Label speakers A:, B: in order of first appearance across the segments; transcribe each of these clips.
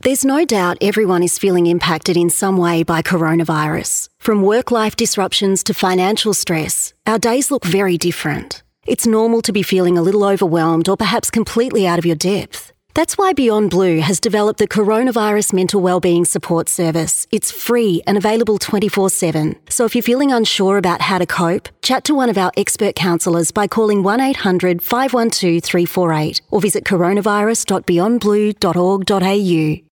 A: There's no doubt everyone is feeling impacted in some way by coronavirus. From work life disruptions to financial stress, our days look very different. It's normal to be feeling a little overwhelmed or perhaps completely out of your depth. That's why Beyond Blue has developed the Coronavirus Mental Wellbeing Support Service. It's free and available 24 7. So if you're feeling unsure about how to cope, chat to one of our expert counsellors by calling 1 800 512 348 or visit coronavirus.beyondblue.org.au.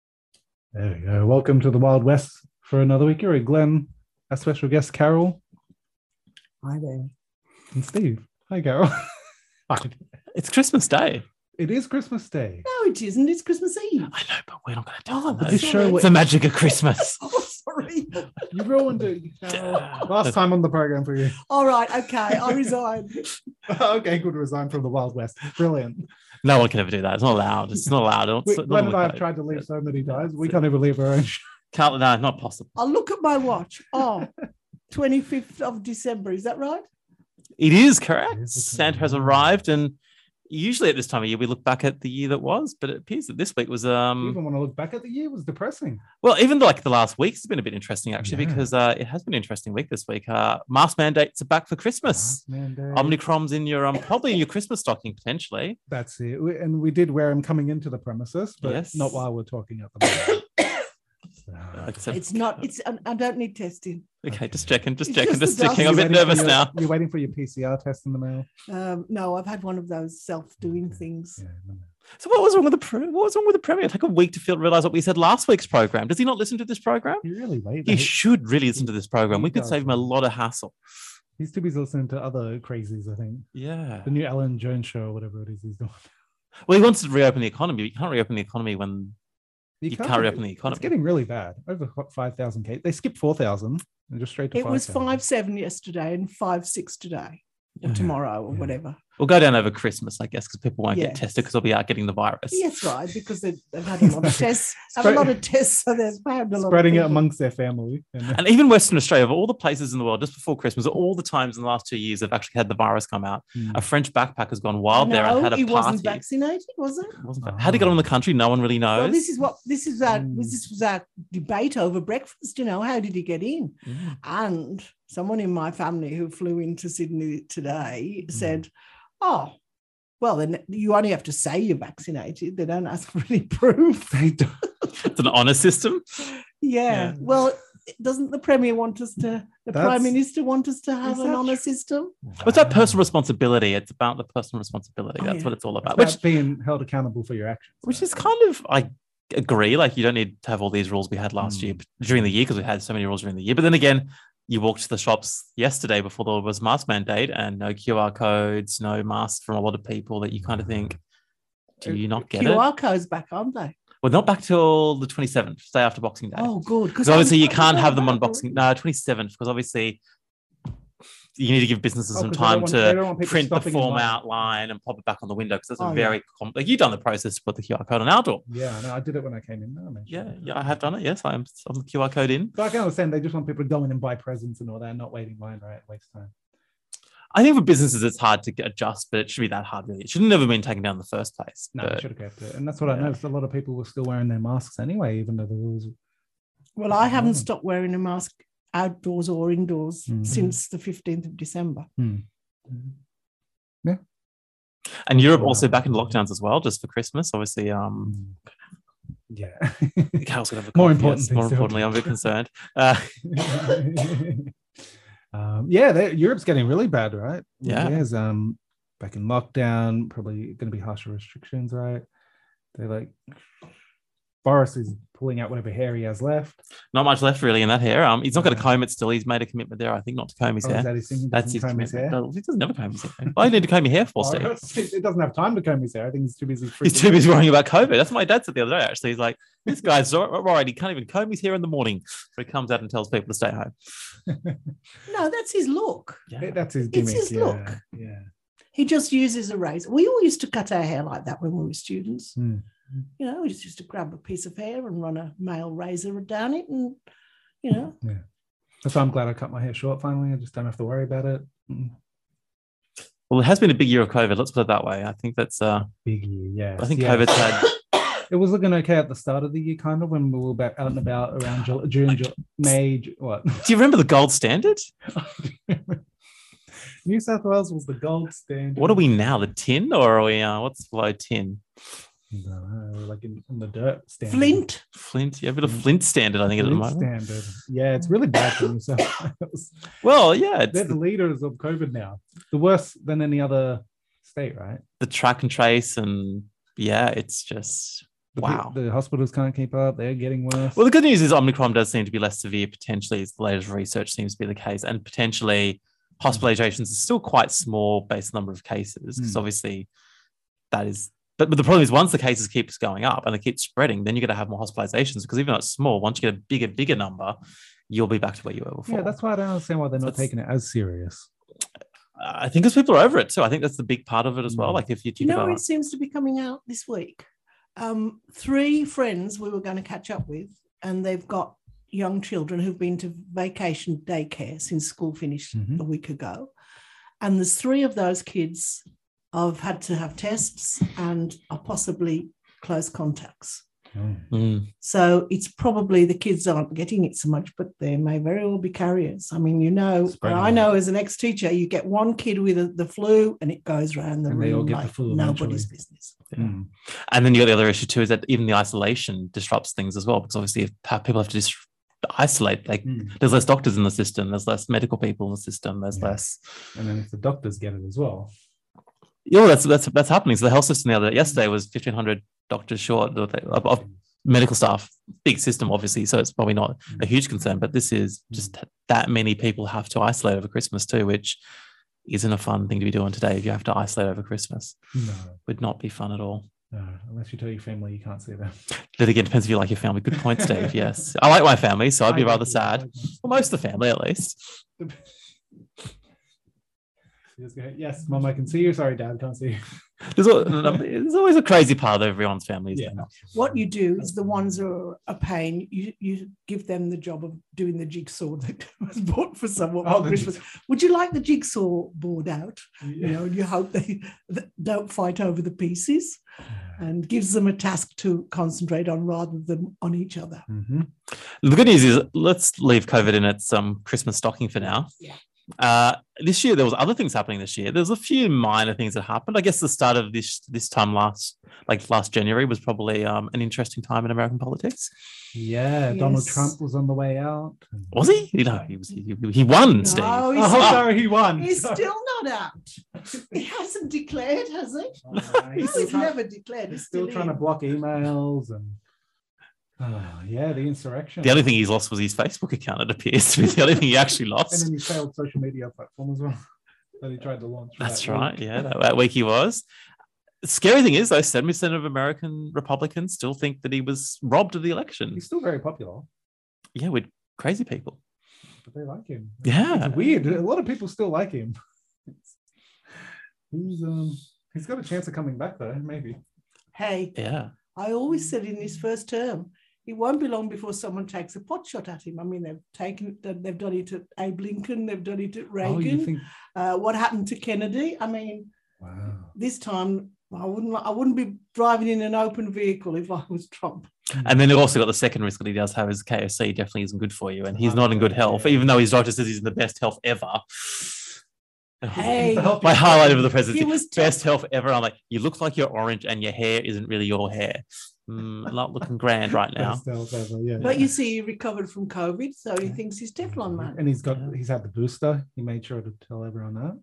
B: There we go. Welcome to the Wild West for another week. You're Glenn, our special guest, Carol,
C: Hi there.
B: and Steve. Hi, Carol.
D: It's Christmas Day.
B: it is Christmas Day.
C: No, it isn't. It's Christmas Eve.
D: I know, but we're not going to do
C: Oh,
D: oh,
C: but
B: This
D: those.
C: not
B: show,
C: a-
D: It's the magic of Christmas.
C: Oh, sorry.
B: you ruined it. Carol. Last time on the program for you.
C: All right. Okay. I resign.
B: okay, good. Resign from the Wild West. Brilliant.
D: No one can ever do that. It's not allowed. It's not allowed. It's
B: We,
D: not
B: Glenn and I
D: allowed.
B: have tried to leave so many times. We
D: That's it.
B: can't even leave our own show.
D: Can't, no, not possible.
C: I'll look at my watch. Oh, 25th of December. Is that right?
D: It is
B: It
D: correct.
B: is the
D: Santa
B: time.
D: has arrived, and usually at this time of year we look back at the year that was. But it appears that this week was um
B: Even when I look back at the year, it was depressing.
D: well, even though, like the last week has been a bit interesting actually
B: Yeah.
D: because uh, it has been an interesting week this week. Uh, mask mandates are back for Christmas.
B: Man, Dave.
D: Omnicrom's in your um probably in your Christmas stocking potentially.
B: That's it. We- And we did wear them coming into the premises, but
D: Yes.
B: not while we're talking at the moment. So-
D: Like I said,
C: It's not. It's. I I don't need testing.
D: okay. Just checking, just
C: It's
D: checking,
C: just
D: just
C: the dust.
D: checking. I'm a
B: You're
D: bit
B: waiting for
D: nervous
B: your-
D: now.
B: You're waiting for your PCR test in the mail.
C: Um, no, I've had one of those self-doing things.
B: Yeah, no, no.
D: So what was wrong with the pre- what was wrong with the premier? It took a week to feel realize what we said last week's program. Does he not listen to this program?
B: You're really late.
D: He
B: mate.
D: should really listen to this program.
B: he
D: We could save him a
B: doesn't.
D: lot of hassle.
B: He's too busy listening to other crazies, I think.
D: Yeah.
B: The new Alan Jones show or whatever it is he's doing.
D: Well, he wants to reopen the economy. But you can't reopen the economy when you, can't, reopen the
B: It's
D: economy.
B: getting really bad. Over what, 5,000 cases. They skipped 4,000 and just straight to
C: It was
B: 5,000.
C: five seven yesterday and five six today or
D: Yeah.
C: tomorrow or
B: Yeah.
C: whatever.
D: We'll go down over Christmas, I guess, because people won't get
C: Yes.
D: tested because they'll be out getting the virus.
C: Yes, right. Because they've, they've had a lot of tests. Have a
B: Spread-
C: lot of tests, so they've found a lot.
B: Spreading
C: of
B: it
C: people.
B: amongst their family. And
D: And even Western Australia, of all the places in the world, just before Christmas, all the times in the last two years, they've actually had the virus come out. A French backpacker's gone wild there and
C: No,
D: had a
C: he
D: party.
C: wasn't vaccinated, was it?
D: Wasn't vac-
B: Oh,
D: How did he get on in the country? No one really knows.
C: Well, this is what this is our
B: Mm.
C: this was our debate over breakfast. You know, how did he get in?
D: Mm.
C: And someone in my family who flew into Sydney today
B: Mm.
C: said, "Oh, well, then you only have to say you're vaccinated. They don't ask for any proof."
B: They don't-
D: It's an honor system.
C: yeah.
B: Yeah.
C: Well, doesn't the premier want us to? The
B: That's-
C: prime minister want us to have
B: Is
C: an
B: that
C: honour
B: true?
C: system?
D: It's about personal responsibility. It's about the personal responsibility.
C: Oh,
D: That's
C: yeah.
D: what it's all
B: It's
D: about.
B: about
D: Which,
B: being held accountable for your actions. Oh,
D: which is kind of, I agree. Like you don't need to have all these rules we had last
B: Mm.
D: year during the year because we had so many rules during the year. But then again, you walked to the shops yesterday before there was mask mandate and no QR codes, no masks from a lot of people. That you kind of
B: Mm.
D: think, do you not get it?
C: QR codes back, aren't they?
D: Well, not back till the twenty seventh, day after Boxing Day.
C: Oh, good.
D: Because obviously you can't have them on Boxing no twenty seventh because obviously you need to give businesses
B: Oh,
D: some
B: 'cause they don't
D: time
B: want-
D: to
B: they don't want people
D: print the
B: stopping in
D: form
B: line.
D: out line and pop it back on the window because that's a
C: Oh, yeah.
D: very com- like you've done the process to put the QR code on our door.
B: Yeah, I know. I did it when I came in. No, man.
D: Yeah, yeah, I have done it. Yes, I'm on the QR code in.
B: So I can understand they just want people to go in and buy presents and all that, not wait in line, right? Waste time.
D: I think for businesses it's hard to get- adjust, but it should be that hard really. It should never have been taken down in the first place.
B: No, they
D: but-
B: should have kept it. And that's what I
D: yeah.
B: noticed. A lot of people were still wearing their masks anyway, even though the rules.
C: Well, I haven't
B: Mm.
C: stopped wearing a mask outdoors or indoors
B: Mm.
C: since the 15th of December.
D: and Europe
B: Yeah.
D: also back in lockdowns as well, just for Christmas. Obviously, um
B: Yeah.
D: Carol's gonna have a
B: More
D: cough,
B: important
D: yes,
B: things
D: more
B: to
D: importantly, I'm a bit concerned. Uh,
B: um, yeah, they, Europe's getting really bad, right? With
D: Yeah.
B: theirs, um, back in lockdown, probably going to be harsher restrictions, right? They're like, Boris is pulling out whatever hair he has left.
D: not much left really in that hair. Um, he's not going to
B: Yeah.
D: comb it still. He's made a commitment there, I think, not to comb his
B: Oh,
D: hair.
B: is that his thing? He
D: That's
B: doesn't
D: his
B: comb
D: commitment.
B: his hair. Oh,
D: No, he doesn't ever comb his hair. Why do you need to comb your hair for, Steve?
B: Boris, It doesn't have time to comb his hair. I think he's too busy.
D: He's
B: freaking
D: too busy worrying about COVID. That's what my dad said the other day, actually. He's like, this guy's all all right. He can't even comb his hair in the morning. So he comes out and tells people to stay home.
C: No, that's his look.
B: Yeah,
D: Yeah.
B: That's his gimmick.
C: It's his
B: yeah.
C: look.
B: Yeah.
C: He just uses a razor. We all used to cut our hair like that when we were students.
B: Hmm.
C: You know, we just used to grab a piece of hair and run a male razor down it and, you know,
B: That's why I'm glad I cut my hair short finally. I just don't have to worry about it. Mm.
D: Well, it has been a big year of COVID. Let's put it that way. I think that's, uh,
B: Big year, yeah.
D: I think
B: yeah.
D: COVID's had
B: It was looking okay at the start of the year, kind of when we were back out and about around Jul- June, Jul- May. Ju- What?
D: Do you remember the gold standard?
B: New South Wales was the gold standard.
D: What are we now? The tin, or are we? Uh, what's below tin?
B: No, uh, like in, in the dirt standard.
C: Flint.
D: Flint. Yeah, a bit of Flint standard. I think at the
B: Mm. Flint
D: moment.
B: standard. Yeah, it's really bad for New South Wales.
D: Well, yeah, it's
B: They're the
D: the,
B: leaders of COVID now. The worse than any other state, right?
D: the track and trace, and yeah, it's just
B: The,
D: Wow.
B: The hospitals can't keep up. They're getting worse.
D: Well, the good news is Omicron does seem to be less severe, potentially, as the latest research seems to be the case. And potentially, hospitalizations are still quite small based on the number of cases, because
B: Hmm.
D: obviously that is. But, but the problem is, once the cases keeps going up and they keep spreading, then you're going to have more hospitalizations. Because even though it's small, once you get a bigger, bigger number, you'll be back to where you were before.
B: yeah, that's why I don't understand why they're not
D: That's-
B: taking it as serious.
D: I think because people are over it too. I think that's the big part of it as well.
B: Hmm.
D: Like if you
C: Do
D: keep
C: you
D: it
C: know
D: on-
C: what seems to be coming out this week? Um, three friends we were going to catch up with, and they've got young children who've been to vacation daycare since school finished
B: Mhm.
C: a week ago. And there's three of those kids have had to have tests and are possibly close contacts.
B: Oh.
D: Hmm.
C: So it's probably the kids aren't getting it so much, but they may very well be carriers. I mean, you know,
B: Spreading
C: I
B: it.
C: know as an ex-teacher, you get one kid with the- the flu and it goes round the
B: And they all
C: room
B: get the
C: like
B: flu
C: nobody's
B: eventually.
C: business.
D: Yeah.
B: Mm.
D: And then you got the other issue too is that even the isolation disrupts things as well because obviously if how people have to dis- isolate, like
B: Mm.
D: there's less doctors in the system, there's less medical people in the system, there's
B: Yeah.
D: less.
B: And then if the doctors get it as well,
D: Yeah, that's that's that's happening. So the health system the other yesterday was 1,500 doctors short of, of- of medical staff. Big system, obviously, so it's probably not
B: Mm.
D: a huge concern. But this is just that many people have to isolate over Christmas too, which isn't a fun thing to be doing today. If you have to isolate over Christmas,
B: no,
D: would not be fun at all.
B: no, unless you tell your family you can't see them.
D: Then again, depends if you like your family. Good point, Dave. Yes, I like my family, so I'd be
B: I
D: rather
B: definitely
D: sad.
B: like them.
D: Well, most of the family, at least.
B: You just go, Yes, mom, I can see you. Sorry, dad, can't see you.
D: There's, al- there's always a crazy part of everyone's family. isn't
B: Yeah.
D: there?
C: What you do is the ones who are a pain, you, you give them the job of doing the jigsaw that was bought for someone
B: Oh,
C: for
B: the
C: Christmas. Would you like the jigsaw board out? You know, and you hope they that don't fight over the pieces and gives them a task to concentrate on rather than on each other.
B: Mhm.
D: The good news is, let's leave COVID in its um, Christmas stocking for now.
C: Yeah.
D: Uh, this year, there was other things happening. This year, there's a few minor things that happened. I guess the start of this this time last, like last January, was probably um, an interesting time in American politics.
B: Yeah, Donald
C: Yes.
B: Trump was on the way out.
D: Was he? You know, he was. He, he won, Steve.
C: No, he's,
B: Oh,
C: still,
B: sorry, he won.
C: he's
B: Sorry.
C: still not out. He hasn't declared, has he?
B: Oh, no,
C: No,
B: he's still
C: he's
B: trying-
C: never declared. He's
B: he's still trying to block emails and oh, yeah, the insurrection.
D: The only thing he's lost was his Facebook account. It appears to be the only thing he actually
B: and
D: lost.
B: then he failed social media platform as well that he tried to launch. for
D: That's
B: that week.
D: right. Yeah, that, that week he was. Scary thing is, though, seventy percent of American Republicans still think that he was robbed of the election.
B: He's still very popular,
D: Yeah, with crazy people.
B: but they like him.
D: Yeah,
B: It's weird. A lot of people still like him. He's um he's got a chance of coming back though, maybe.
C: Hey,
D: yeah.
C: I always said in his first term, it won't be long before someone takes a pot shot at him. I mean, they've taken, they've done it at Abe Lincoln, they've done it at
B: Oh, you
C: Reagan.
B: think
C: uh, what happened to Kennedy? I mean,
B: wow.
C: this time I wouldn't, I wouldn't be driving in an open vehicle if I was Trump.
D: And then they've also got the second risk that he does have is KOC definitely isn't good for you, and he's not in good health, even though his doctor says he's in the best health ever.
C: Hey,
D: My highlight of the presidency:
C: He was
D: best health ever. I'm like, you look like you're orange, and your hair isn't really your hair. Mm, not looking grand right now.
B: Best sales ever, yeah.
C: But you see, he recovered from COVID, so he thinks he's Teflon man.
B: And he's got he's had the booster. He made sure to tell everyone that.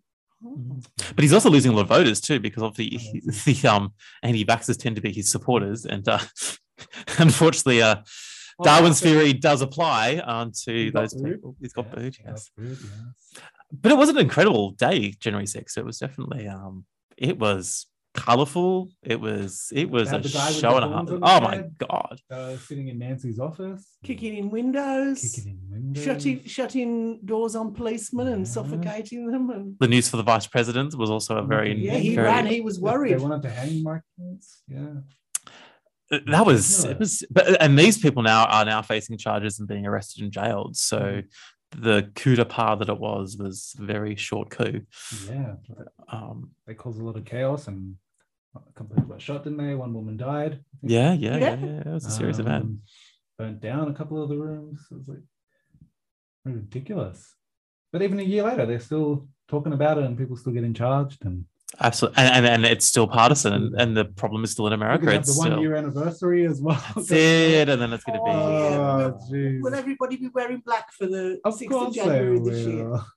D: But he's also losing a lot of voters too, because obviously he- the um, anti-vaxxers tend to be his supporters, and uh, unfortunately, uh,
B: Oh,
D: Darwin's
B: yeah.
D: theory does apply um, to
B: He got
D: those
B: booed.
D: people. He's got
B: Yeah,
D: booed,
B: he got
D: yes.
B: booed, yes.
D: But it was an incredible day, January 6th. It was definitely, um, it was colourful. It was, it was
B: Had the
D: a
B: guy with
D: show
B: the
D: and a half.
B: horns
D: Oh
B: on his
D: my
B: head.
D: god!
B: Uh, sitting in Nancy's office,
C: Kicking in windows,
B: kicking in windows.
C: shutting shutting doors on policemen and
B: Mm. Yeah.
C: suffocating them. And
D: The news for the vice president was also a very,
C: yeah, he
D: very-
C: ran. He was worried.
B: They wanted to hang Mike Pence. Yeah.
D: uh, that was
B: Yeah.
D: it was but uh, and these people now are now facing charges and being arrested and jailed so
B: Hmm.
D: the coup d'etat that it was was a very short coup
B: Yeah. but
D: um
B: They caused a lot of chaos and companies got shot, didn't they? One woman died.
D: Yeah, yeah, yeah.
C: Yeah.
D: yeah. It was a serious event.
B: Um, Burnt down a couple of the rooms. It was like ridiculous. But even a year later, they're still talking about it, and people still getting charged. And
D: Absolutely, and, and and it's still partisan, and, and the problem is still in
B: we're
D: America.
B: gonna have
D: It's
B: the
D: still
B: one-year anniversary as well.
D: that's it, and then it's going to be.
B: Oh, jeez.
C: Will everybody be wearing black for the
B: Of
C: 6th of
B: course
C: January
B: they
C: this year?
B: will.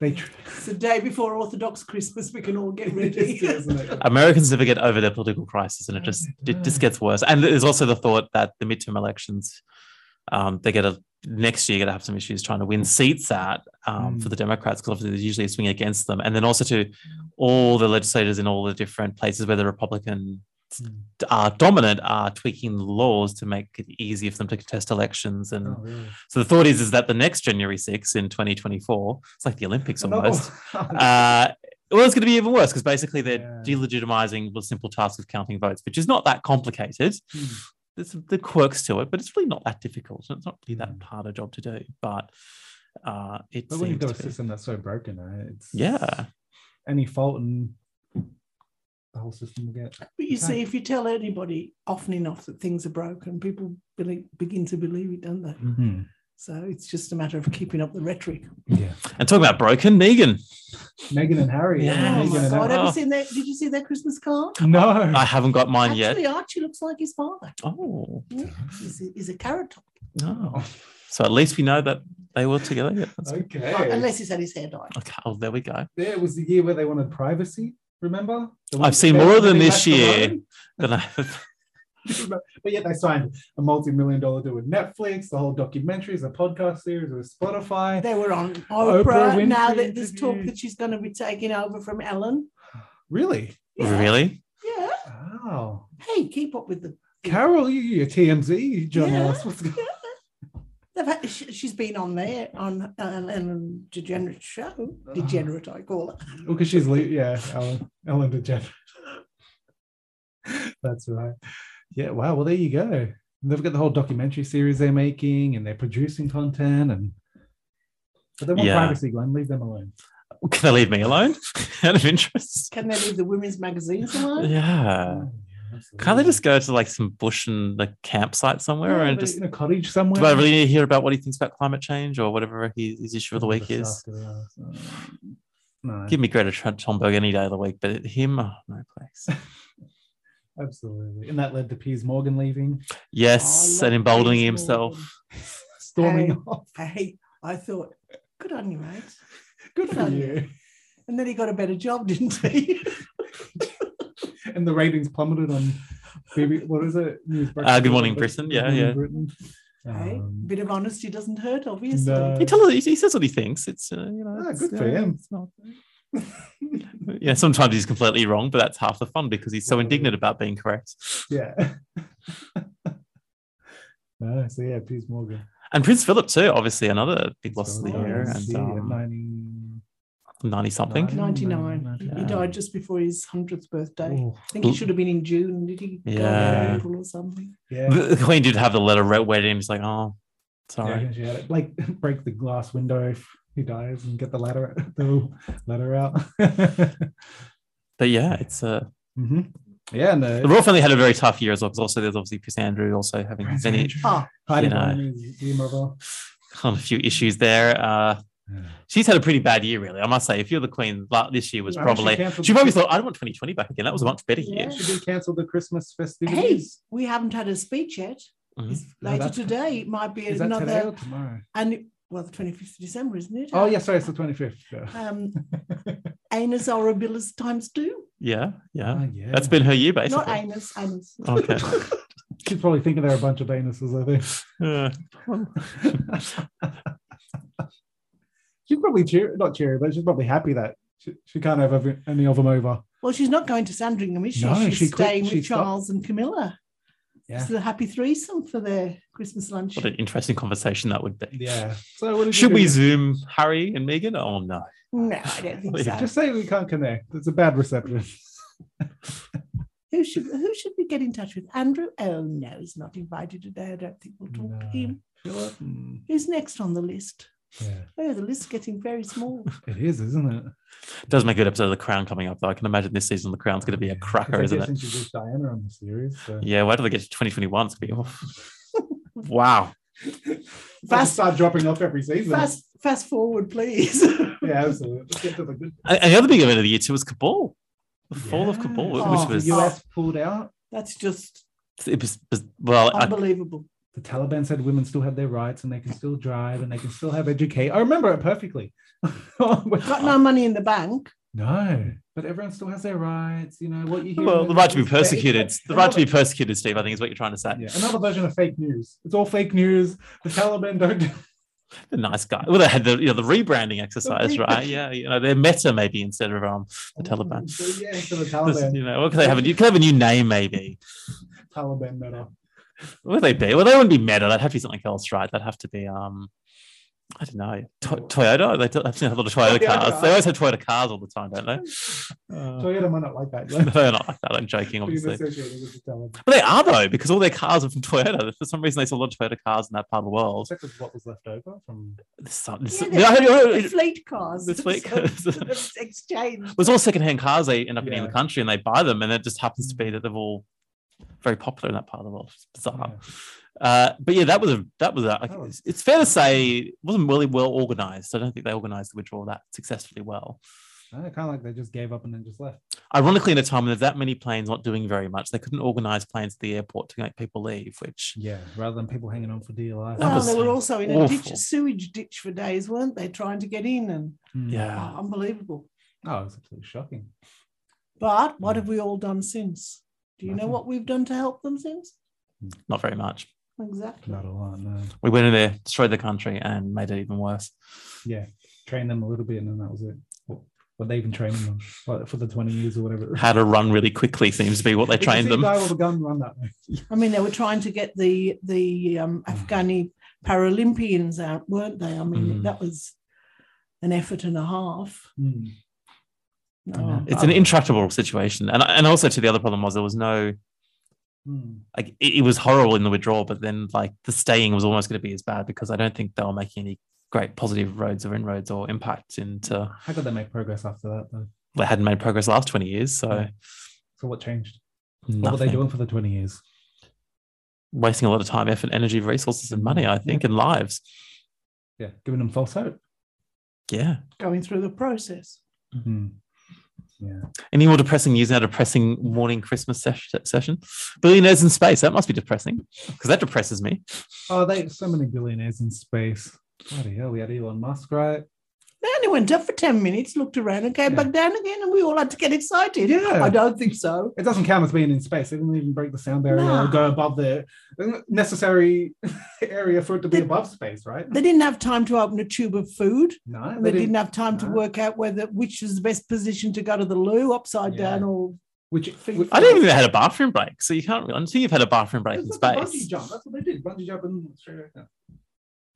B: They tr-
C: It's the day before Orthodox Christmas. We can all get ready.
B: It is, isn't it?
D: Americans never get over their political crisis, and it just it just gets worse. And there's also the thought that the midterm elections, um, they get a next year, you're going to have some issues trying to win seats at um,
B: Mm.
D: for the Democrats because obviously there's usually a swing against them, and then also to all the legislators in all the different places where the Republican
B: Mm.
D: are dominant are tweaking the laws to make it easier for them to contest elections and
B: Oh, really?
D: so the thought is is that the next january 6th in 2024 it's like the olympics
B: Another
D: almost
B: one.
D: uh, well, it's going to be even worse because basically they're
B: Yeah.
D: delegitimizing the simple task of counting votes, which is not that complicated.
B: Hmm.
D: There's the quirks to it, but it's really not that difficult. It's not really that
B: Hmm.
D: hard a job to do, but uh, it
B: But when
D: seems
B: you've got a
D: to be-
B: system that's so broken, right, it's
D: yeah,
B: any fault and the whole system will get.
C: But you see,
B: Okay.
C: if you tell anybody often enough that things are broken, people believe, begin to believe it, don't they?
D: Mm-hmm.
C: So it's just a matter of keeping up the rhetoric.
B: Yeah,
D: and talking about broken, Megan.
B: Megan and Harry.
D: Yeah.
B: yeah,
C: Oh
B: Meghan
C: my
B: and
C: God! Have
D: Oh.
C: you seen that? Did you see their Christmas card?
B: Harry. No,
D: I haven't got mine
C: Actually,
D: yet.
C: Archie looks like his father.
D: Oh,
C: Yeah, he's a, he's a carrot top,
D: no.
B: Oh.
D: So at least we know that they were together. Yeah, that's-
B: okay.
C: unless he's had his hair dyed.
D: okay. Oh, there we go.
B: There was the year where they wanted privacy. Remember? The one-
D: I've seen
B: they
D: more
B: wanted
D: than
B: to be left
D: this year.
B: alone.
D: Then I,
B: but yet they signed a multi-million dollar deal with Netflix. The whole documentary is a podcast series with Spotify.
C: They were on
B: Oprah
C: Oprah. now
B: Winfrey
C: that there's talk
B: interview.
C: that she's going to be taking over from Ellen.
B: Really?
C: Yeah.
D: really?
C: Yeah.
B: Wow.
C: Hey, keep up with them.
B: Carol, you, you're TMZ journalist. What's going
C: Yeah. They've had, sh- she's been on there on an Ellen Degenerate show.
B: Ah.
C: Degenerate, I call it.
B: Well, because she's le- yeah, Ellen, Ellen DeGeneres. That's right. Yeah. Wow. Well, there you go. They've got the whole documentary series they're making, and they're producing content, and but they want
D: Yeah.
B: privacy. Glenn, leave them alone.
D: Can they leave me alone? Out of interest.
C: Can they leave the women's magazines alone?
D: Yeah. Can't Uh, they just go to like some bush and like campsite somewhere
B: Yeah,
D: and
B: but
D: just?
B: in a cottage somewhere?
D: Do I really need to hear about what he thinks about climate change or whatever his, his issue of the
B: All
D: week is?
B: stuff that they are, so- No,
D: Give me Greta Tr- Thunberg any day of the week, but him, oh, no place.
B: absolutely. And that led to Piers Morgan leaving,
D: Yes,
C: Oh, I love
D: and emboldening
C: Piers
D: himself.
C: Morgan.
B: storming
C: Um,
B: off.
C: Hey, I thought, good on you, mate.
B: Good for
C: on
B: you.
C: And then he got a better job, didn't he?
B: and the ratings plummeted on BBC, what is it? News
D: Uh, Good Morning Britain, yeah, yeah.
B: Britain.
C: Hey,
B: Um,
C: bit of honesty doesn't hurt, obviously.
B: No.
D: He tells he he says what he thinks. It's uh, you know,
B: Ah,
D: it's,
B: good for
D: yeah,
B: him.
D: It's not, yeah, sometimes he's completely wrong, but that's half the fun because he's so indignant about being correct.
B: yeah. no, Ah, so yeah, Piers Morgan.
D: And Prince Philip too, obviously another big loss of the
B: So, uh,
D: year,
B: see,
D: and
B: at
D: um,
B: 90
D: ninety something.
C: 99. He- He
D: Yeah.
C: died just before his 100th birthday.
B: Ooh,
C: I think he should have been in June. Did he? go
D: Yeah.
C: in April or something.
B: yeah.
D: The the Queen did have the letter re- read in. He's like,
B: Yeah,
D: oh,
B: I
D: sorry.
B: guess you had it. Like break the glass window if he dies and get the ladder the ladder out.
D: But yeah, it's uh,
B: Mhm. Yeah, and
D: the
B: the
D: royal family had a very tough year as well. Because also there's obviously Prince Andrew also having
B: Prince
D: many,
B: Andrew.
C: Ah,
B: Heidi
D: you know.
B: Klum is dear mother.
D: kind of a few issues there. Uh, she's had a pretty bad year, really. I must say, if you're the Queen, la- this year was
B: I mean, she
D: probably
B: cancelled-
D: she probably thought I don't want 2020 back again. That was a much better
C: Yeah.
D: year.
B: Should we cancel the Christmas
C: hey,
B: festivities?
C: we haven't had a speech yet.
D: Mhm.
C: It's
B: No,
C: later
B: that's-
C: today. It might be
B: Is that today or
C: another.
B: tomorrow?
C: And it- well, the 25th of December, isn't it?
B: Oh, yeah, sorry, it's the 25th. yeah.
C: Um, anus horribilis times two.
D: Yeah, yeah.
B: Oh, yeah.
D: That's been her year, basically.
C: Not anus, anus.
D: okay.
B: She's probably thinking they're a bunch of anuses, I
D: Uh,
B: think. she's probably cheer, not cheery, but she's probably happy that she, she can't have every, any of them over.
C: Well, she's not going to Sandringham, is she?
B: No,
C: She's
B: she quit-
C: staying
B: she
C: with
B: stopped.
C: Charles and Camilla.
B: Yeah.
C: It's a happy threesome for their Christmas lunch.
D: what an interesting conversation that would be.
B: Yeah. So what did you
D: Should we
B: do?
D: zoom Harry and Megan? Oh no.
C: No, I don't think
D: Yeah.
C: so.
B: just say we can't connect? It's a bad reception.
C: Who should who should we get in touch with? Andrew? Oh no, he's not invited today. I don't think we'll talk
B: No.
C: to him.
B: Philip? Mm.
C: Who's next on the list?
B: Yeah.
C: Oh, the list's getting very small.
B: It is, isn't it?
D: Does make a good episode of The Crown coming up, though. I can imagine this season The Crown's going to be a
B: Yeah.
D: cracker,
B: It's like
D: isn't
B: they
D: it?
B: introduced Diana on the series. So.
D: Yeah, why do they get to 2021? It's going to be Oh. wow.
C: Fast-
B: Fast start dropping off every season.
C: Fast, fast forward, please.
B: Yeah, absolutely. Let's get to the good.
D: And and the other big event of the year, too, was Kabul. The fall of Kabul,
B: Yeah.
D: which
C: Oh,
D: was,
B: the US pulled out.
C: That's just
D: it was, was- well, I,
C: unbelievable.
B: The Taliban said women still have their rights and they can still drive and they can still have education. I remember it perfectly.
C: Got no money in the bank.
B: No, but everyone still has their rights. You know what you hear.
D: well,
B: in
D: the right to be
B: news is fake.
D: persecuted. The right to be persecuted, Steve, I think is what you're trying to say.
B: Yeah, another version of fake news. It's all fake news. The Taliban don't. do-
D: The nice guy. Well, they had the, you know, the rebranding exercise, right?
B: rebranding.
D: Yeah, you know, they're meta maybe instead of um, the Taliban.
B: So, Oh, yeah, so the
D: You
B: Taliban.
D: know, what could they have? A, you could have a new name, maybe.
B: Taliban meta.
D: What would they be? Well, they wouldn't be Meta. That'd have to be something else, right? That'd have to be, um, I don't know, to- Toyota. They do- I've seen a lot of Toyota
B: Toyota.
D: cars. They always have Toyota cars all the time, don't they? Uh,
B: Toyota might not like that.
D: no,
B: though.
D: they're not like that. I'm joking,
B: Being
D: obviously.
B: associated with the Taliban.
D: But they are though, because all their cars are from Toyota. For some reason, they sell a lot of Toyota cars in that part of the world.
B: Except for what was left over from.
D: There's some- there's-
C: Yeah,
D: I heard- I
C: they're
D: heard-
C: fl- fleet cars.
D: This fleet
C: So-
D: cars.
C: so there's exchange.
D: It was all secondhand cars they end up getting in the
B: Yeah.
D: country and they buy them. And it just happens to be that they're all very popular in that part of the world. It's bizarre. Uh, but yeah, that was a that was a.
B: That was-
D: it's fair to say it wasn't really well organized. I don't think they organized the withdrawal that successfully well.
B: kind of Uh, like they just gave up and then just left.
D: Ironically, in a time when there's that many planes not doing very much, they couldn't organize planes at the airport to make people leave. Which
B: Yeah, rather than people hanging on for dear life.
D: That
C: Well,
D: was
C: they were also in a ditch,
D: awful.
C: a sewage ditch for days, weren't they? Trying to get in and
B: Mm.
D: yeah,
C: oh, unbelievable.
B: Oh, it's absolutely shocking.
C: But what
D: Hmm.
B: Mm.
C: have we all done since? Do you know
B: Nothing.
C: what we've done to help them since?
D: not very much.
C: Exactly.
B: Not a lot. No.
D: We went in there, destroyed the country, and made it even worse.
B: Yeah, train them a little bit, and then that was it. What, what they even trained them on like, for the twenty years or whatever.
D: How to run really quickly seems to be what they
B: If you see
D: trained
B: a
D: them.
B: Guy with a gun, run that way.
C: I mean, they were trying to get the the um, Afghani Paralympians out, weren't they? I mean,
D: Mm.
C: that was an effort and a half.
B: Mm.
C: No,
D: It's an intractable situation, and and also to the other problem was there was no
B: Mm.
D: like it, it was horrible in the withdrawal, but then like the staying was almost going to be as bad because I don't think they were making any great positive roads or inroads or impact into
B: How could they make progress after that though?
D: they hadn't made progress the last 20 years. So
B: Yeah. So what changed?
D: nothing.
B: What were they doing for the twenty years?
D: Wasting a lot of time, effort, energy, resources, and money, I think, and lives.
B: Yeah, giving them false hope.
D: Yeah.
C: going through the process.
B: Mm. Yeah,
D: Any more depressing news in our depressing morning Christmas sesh- session? Billionaires in space. That must be depressing because that depresses me.
B: Oh, they so many billionaires in space. Bloody hell, we had Elon Musk, right?
C: They only went up for 10 minutes, looked around and came
B: Yeah.
C: back down again, and we all had to get excited.
B: Yeah.
C: I don't think so.
B: It doesn't count as being in space. They didn't even break the sound barrier
C: No.
B: or go above the necessary area for it to be above space, right?
C: They didn't have time to open a tube of food.
B: No,
C: They, didn't have time to
B: no.
C: work out whether which was the best position to go to the loo, upside
B: Yeah.
C: down or
B: Which
C: Feet.
D: I didn't even had a bathroom break. So you can't really, until you've had a bathroom break in
B: It's like a Bungee
D: space.
B: jump. That's what they did. Bungee jump and straight back down.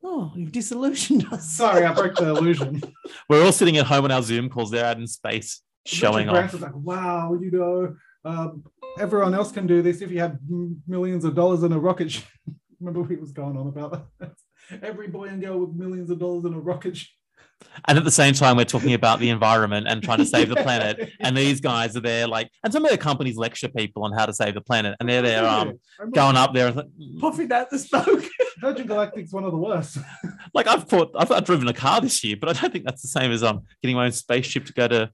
C: oh, you've disillusioned us.
B: Sorry, I broke the illusion.
D: We're all sitting at home on our Zoom calls. They're out in space showing
B: Richard
D: off.
B: Branson's like, wow, you know, um, everyone else can do this if you had m- millions of dollars in a rocket. Ship. Remember we was going on about that. Every boy and girl with millions of dollars in a rocket. Ship.
D: And at the same time, we're talking about the environment and trying to save the planet. And these guys are there, like, and some of their companies lecture people on how to save the planet. And they're there, um, going up there, and it's like,
C: Puffing out the smoke.
B: Virgin Galactic's one of the worst.
D: like I've caught, I've, I've driven a car this year, but I don't think that's the same as um getting my own spaceship to go to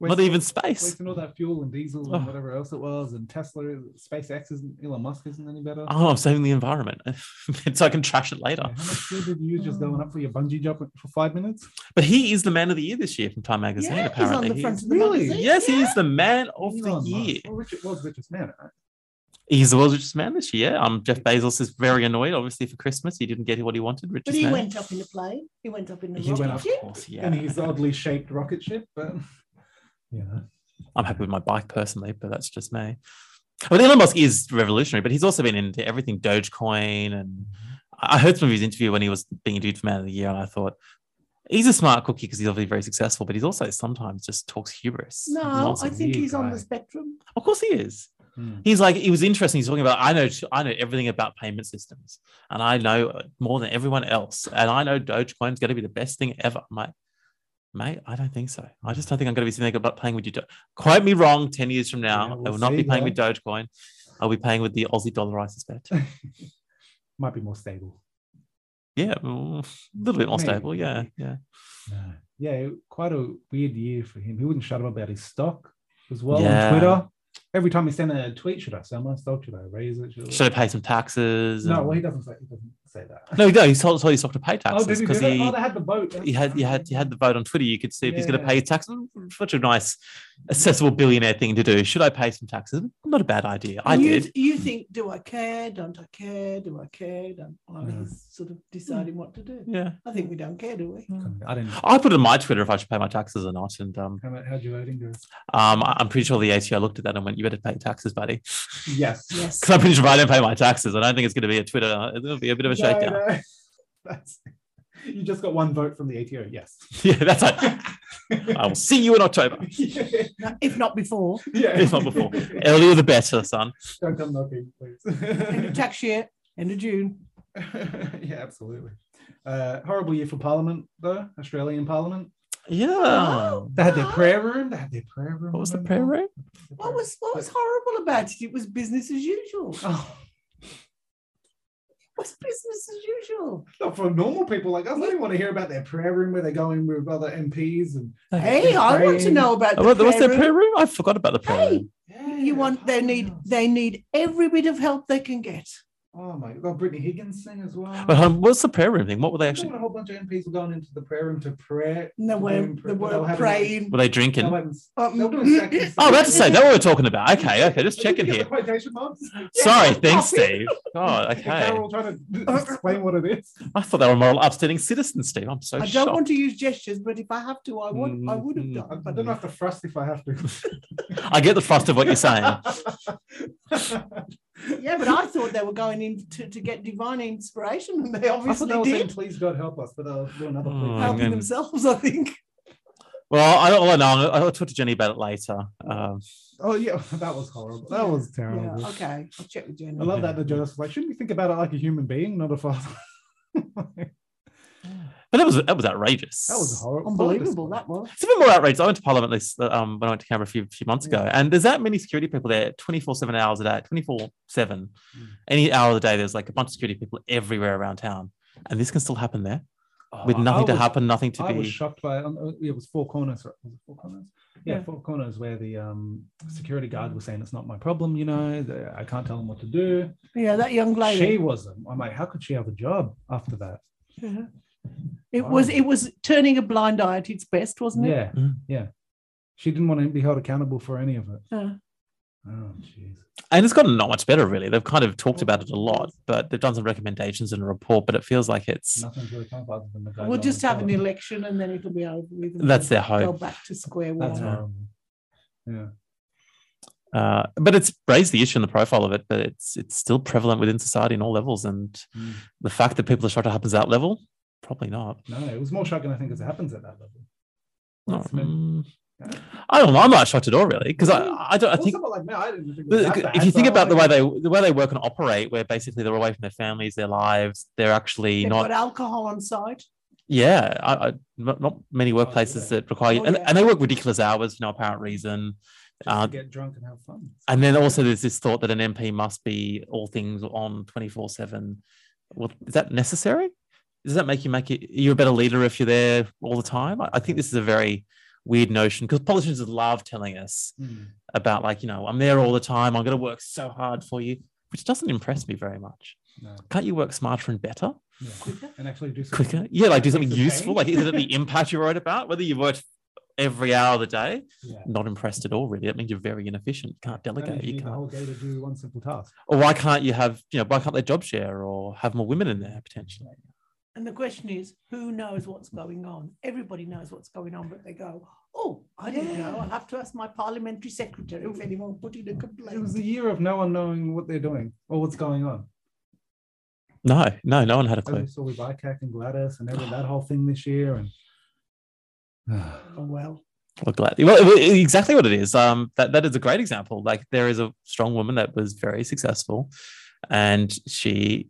D: not
B: Wasting-
D: even space.
B: wasting all that fuel and diesel and
D: Oh.
B: whatever else it was, and Tesla, SpaceX isn't Elon Musk isn't any better.
D: Oh, I'm saving the environment, so I can trash it later.
B: Yeah, how much fuel did you use just going up for your bungee jump for five minutes?
D: But he is the man of the year this year from Time Magazine.
C: Yeah, he's on
D: apparently,
C: the
D: He
C: front
D: is-
C: of the
B: Really?
C: magazine.
D: yes, he is the man of the
B: Elon
D: year.
B: Musk. Well, Richard was richest man, right?
D: He's the world's richest man this year. Um, Jeff Bezos is very annoyed, obviously, for Christmas. He didn't get what he wanted.
C: But
D: Richest
C: he
D: man.
C: went up in a plane. He went up in a
D: He
C: rocket
D: went up, of
C: ship.
D: course. Yeah.
B: and his oddly shaped rocket ship, but yeah.
D: I'm happy with my bike personally, but that's just me. But Elon Musk is revolutionary, but he's also been into everything Dogecoin. And I I heard some of his interview when he was being interviewed for Man of the Year, and I thought he's a smart cookie because he's obviously very successful, but he's also sometimes just talks hubris.
C: No,
D: Lots
C: I
D: of-
C: think
B: weird
C: he's on the
B: guy.
C: spectrum.
D: of course he is.
B: Hmm.
D: He's like, it was interesting. He's talking about, I know, I know everything about payment systems, and I know more than everyone else, and I know Dogecoin's going to be the best thing ever. I'm like, mate, I don't think so. I just don't think I'm going to be sitting there about paying with you. Do- Quote me wrong. Ten years from now,
B: Yeah,
D: I
B: we'll
D: will not be
B: see,
D: paying
B: yeah.
D: with Dogecoin. I'll be paying with the Aussie dollar, I suspect.
B: Might be more stable.
D: Yeah, mm, a little bit more
B: Maybe.
D: stable. Yeah, yeah.
B: No. Yeah, quite a weird year for him. He wouldn't shut up about his stock as well
D: Yeah.
B: on Twitter. Every time he sent a tweet, should I sell my stock? Should I raise it? Should I-"
D: Should I pay some taxes?
B: No,
D: and-
B: well, he doesn't say he doesn't say that.
D: no, no. He told, told his stock to pay
B: Oh, did
D: taxes
B: he
D: because
B: do that?
D: he.
B: Oh, they had the vote.
D: he had you had you had the vote on Twitter. You could see if he's going to
B: Yeah.
D: pay his taxes. Such a nice, accessible billionaire thing to do. Should I pay some taxes? Not a bad idea. I
C: And you,
D: did.
C: You think, do I care? Don't I care? Do I care? Don't I?
B: Yeah.
C: He's sort of deciding what to do.
D: Yeah,
C: I think we don't care, do we?
B: I didn't.
D: I put it on my Twitter if I should pay my taxes or not, and um,
B: How about how'd your voting go?
D: um, I- I'm pretty sure the ATO looked at that and went, "You better pay your taxes, buddy,"
B: Yes.
C: Yes.
D: because I'm pretty sure if I don't pay my taxes, I don't think it's going to be a Twitter. It'll be a bit of a
B: No,
D: shakedown.
B: no. That's, you just got one vote from the ATO. Yes.
D: Yeah, that's right. I will see you in October.
B: yeah.
C: No, if not before.
D: If not before. Earlier the better, son.
B: Don't come knocking,
C: End of
B: please.
C: tax year, end of June.
B: yeah, absolutely. Uh, horrible year for Parliament, though. Australian Parliament.
D: Yeah.
C: Oh,
B: They had their prayer room. They had their prayer room.
D: What was the
B: remember?
D: prayer room?
C: What was what was horrible about it? It was business as usual. It
B: Oh,
C: was business as usual.
B: not for normal people like us. I don't want to hear about their prayer room where they're going with other MPs and
C: Hey, I want to know about the
D: Oh, what's their
C: prayer
D: prayer room? I forgot about the prayer
C: Hey,
D: room.
C: You want they need they need every bit of help they can get.
B: Oh my god, Brittany Higgins thing as well.
D: But um, what's the prayer room thing? What were they
B: Actually,
D: actually?
B: a whole bunch of MPs were going into the prayer room to pray.
C: And they were
B: doing
C: they
B: pr- they were
C: were
B: having-
C: praying.
D: Were they
B: They
D: drinking?
B: went-
C: Um,
B: they were doing sex and
D: Oh,
B: stuff.
D: that's so. That what we're talking about. Okay, okay. Just
B: Did you
D: checking
B: get the
D: here.
B: Quotation marks.
D: Sorry, thanks, Steve. God, okay.
B: They're all trying to explain what it is.
D: I thought they were moral upstanding citizens, Steve. I'm so
C: I
D: shocked.
C: don't want to use gestures, but if I have to, I would I would have
B: I
C: done.
B: I
C: But
B: don't have to thrust if I have to.
D: I get the thrust of what you're saying.
C: yeah, but I thought they were going in to, to get divine inspiration, and they
B: I thought
C: obviously
B: they were saying,
C: did.
B: please God help us, but they'll do another
D: Oh,
B: please.
D: Help.
C: Helping
D: Hang on.
C: themselves, I think.
D: Well, I don't know. I'll talk to Jenny about it later. Um,
B: Oh, yeah, that was horrible. That was terrible.
C: Yeah, okay. I'll check with
B: I
C: Jenny.
B: love that the journalist was like, shouldn't we think about it like a human being, not a father? that
D: but that was that was outrageous.
B: was horrible.
C: Unbelievable that was.
D: It's a bit more outrageous. I went to Parliament this um, when I went to Canberra a few, few months ago, and there's that many security people there, 24 seven hours a day, 24 seven,
B: Mm.
D: any hour of the day. There's like a bunch of security people everywhere around town, and this can still happen there
B: Oh,
D: with
B: I-
D: nothing
B: I
D: to
B: was-
D: happen, nothing to
B: I was
D: be.
B: shocked by it. Um, uh, It was four corners. right? Was it four corners? Yeah,
D: Yeah.
B: four corners where the um, security guard was saying it's not my problem. You know, the, I can't tell them what to do.
C: Yeah, that young
B: She
C: lady.
B: wasn't. I'm like, how could she have a job after that?
C: Yeah. It was it was turning a blind eye at its best, wasn't it?
B: Yeah,
D: Mm.
B: yeah. She didn't want to be held accountable for any of it.
C: Yeah.
B: Oh, jeez.
D: And it's gotten not much better, really. They've kind of talked about it
B: Oh,
D: a lot, but they've done some recommendations in a report, but it feels like it's
B: Nothing's really come other than the guy.
C: We'll
B: going
C: just
B: on
C: have an
B: television.
C: election and then it'll be over with. and
D: that's their
C: we'll go
D: hope.
C: back to square
B: That's
C: one.
D: Yeah.
B: horrible. Yeah.
D: Uh, but it's raised the issue in the profile of it, but it's it's still prevalent within society in all levels. And
B: Mm.
D: the fact that people are shocked it happens at that level, probably not.
B: No, it was more shocking, I think, because it happens at that level.
D: No,
B: That's meant-
D: mm.
B: Yeah.
D: I don't know. I'm not shocked at all, really, because I, I don't. I
B: Well,
D: think
B: someone like me, I didn't think it was that
D: if
B: bad,
D: you
B: but
D: think about the way
B: like-
D: they the way they work and operate, where basically they're away from their families, their lives, they're actually
C: They've
D: not.
C: got alcohol on site.
D: Yeah, I, I, not, not many
B: do
D: workplaces
B: they?
D: that require,
C: Oh,
D: and,
C: yeah.
D: and they work ridiculous hours for no apparent reason.
B: just
D: uh,
B: to get drunk and have fun.
D: And then also there's this thought that an MP must be all things on twenty four seven. Well, is that necessary? Does that make you make it? You're a better leader if you're there all the time. I, I think this is a very weird notion because politicians love telling us
B: Mm.
D: about like you know i'm there all the time i'm going to work so hard for you which doesn't impress me very much
B: No,
D: can't you work smarter and better
B: yeah. and actually do something.
D: quicker yeah like do
B: Make
D: something
B: some
D: useful
B: change.
D: like is it the impact you're worried about whether you worked every hour of the day
B: Yeah.
D: not impressed at all really that means you're very inefficient you can't
B: Manage
D: delegate
B: you
D: you
B: the whole day
D: can't
B: to do one simple task.
D: or why can't you have you know why can't they job share or have more women in there potentially
C: And the question is, who knows what's going on? Everybody knows what's going on, but they go, oh, I don't know. I'll have to ask my parliamentary secretary if anyone put in a
B: It was the
C: complaint.
B: year of no one knowing what they're doing or what's going on.
D: no no no one had a
B: So we
D: clue
B: saw with ICAC and Gladys and every, that whole thing this year. And
C: Oh, well.
D: Well, glad. Well, it- it- exactly what it is. Um, that that is a great example. Like there is a strong woman that was very successful, and she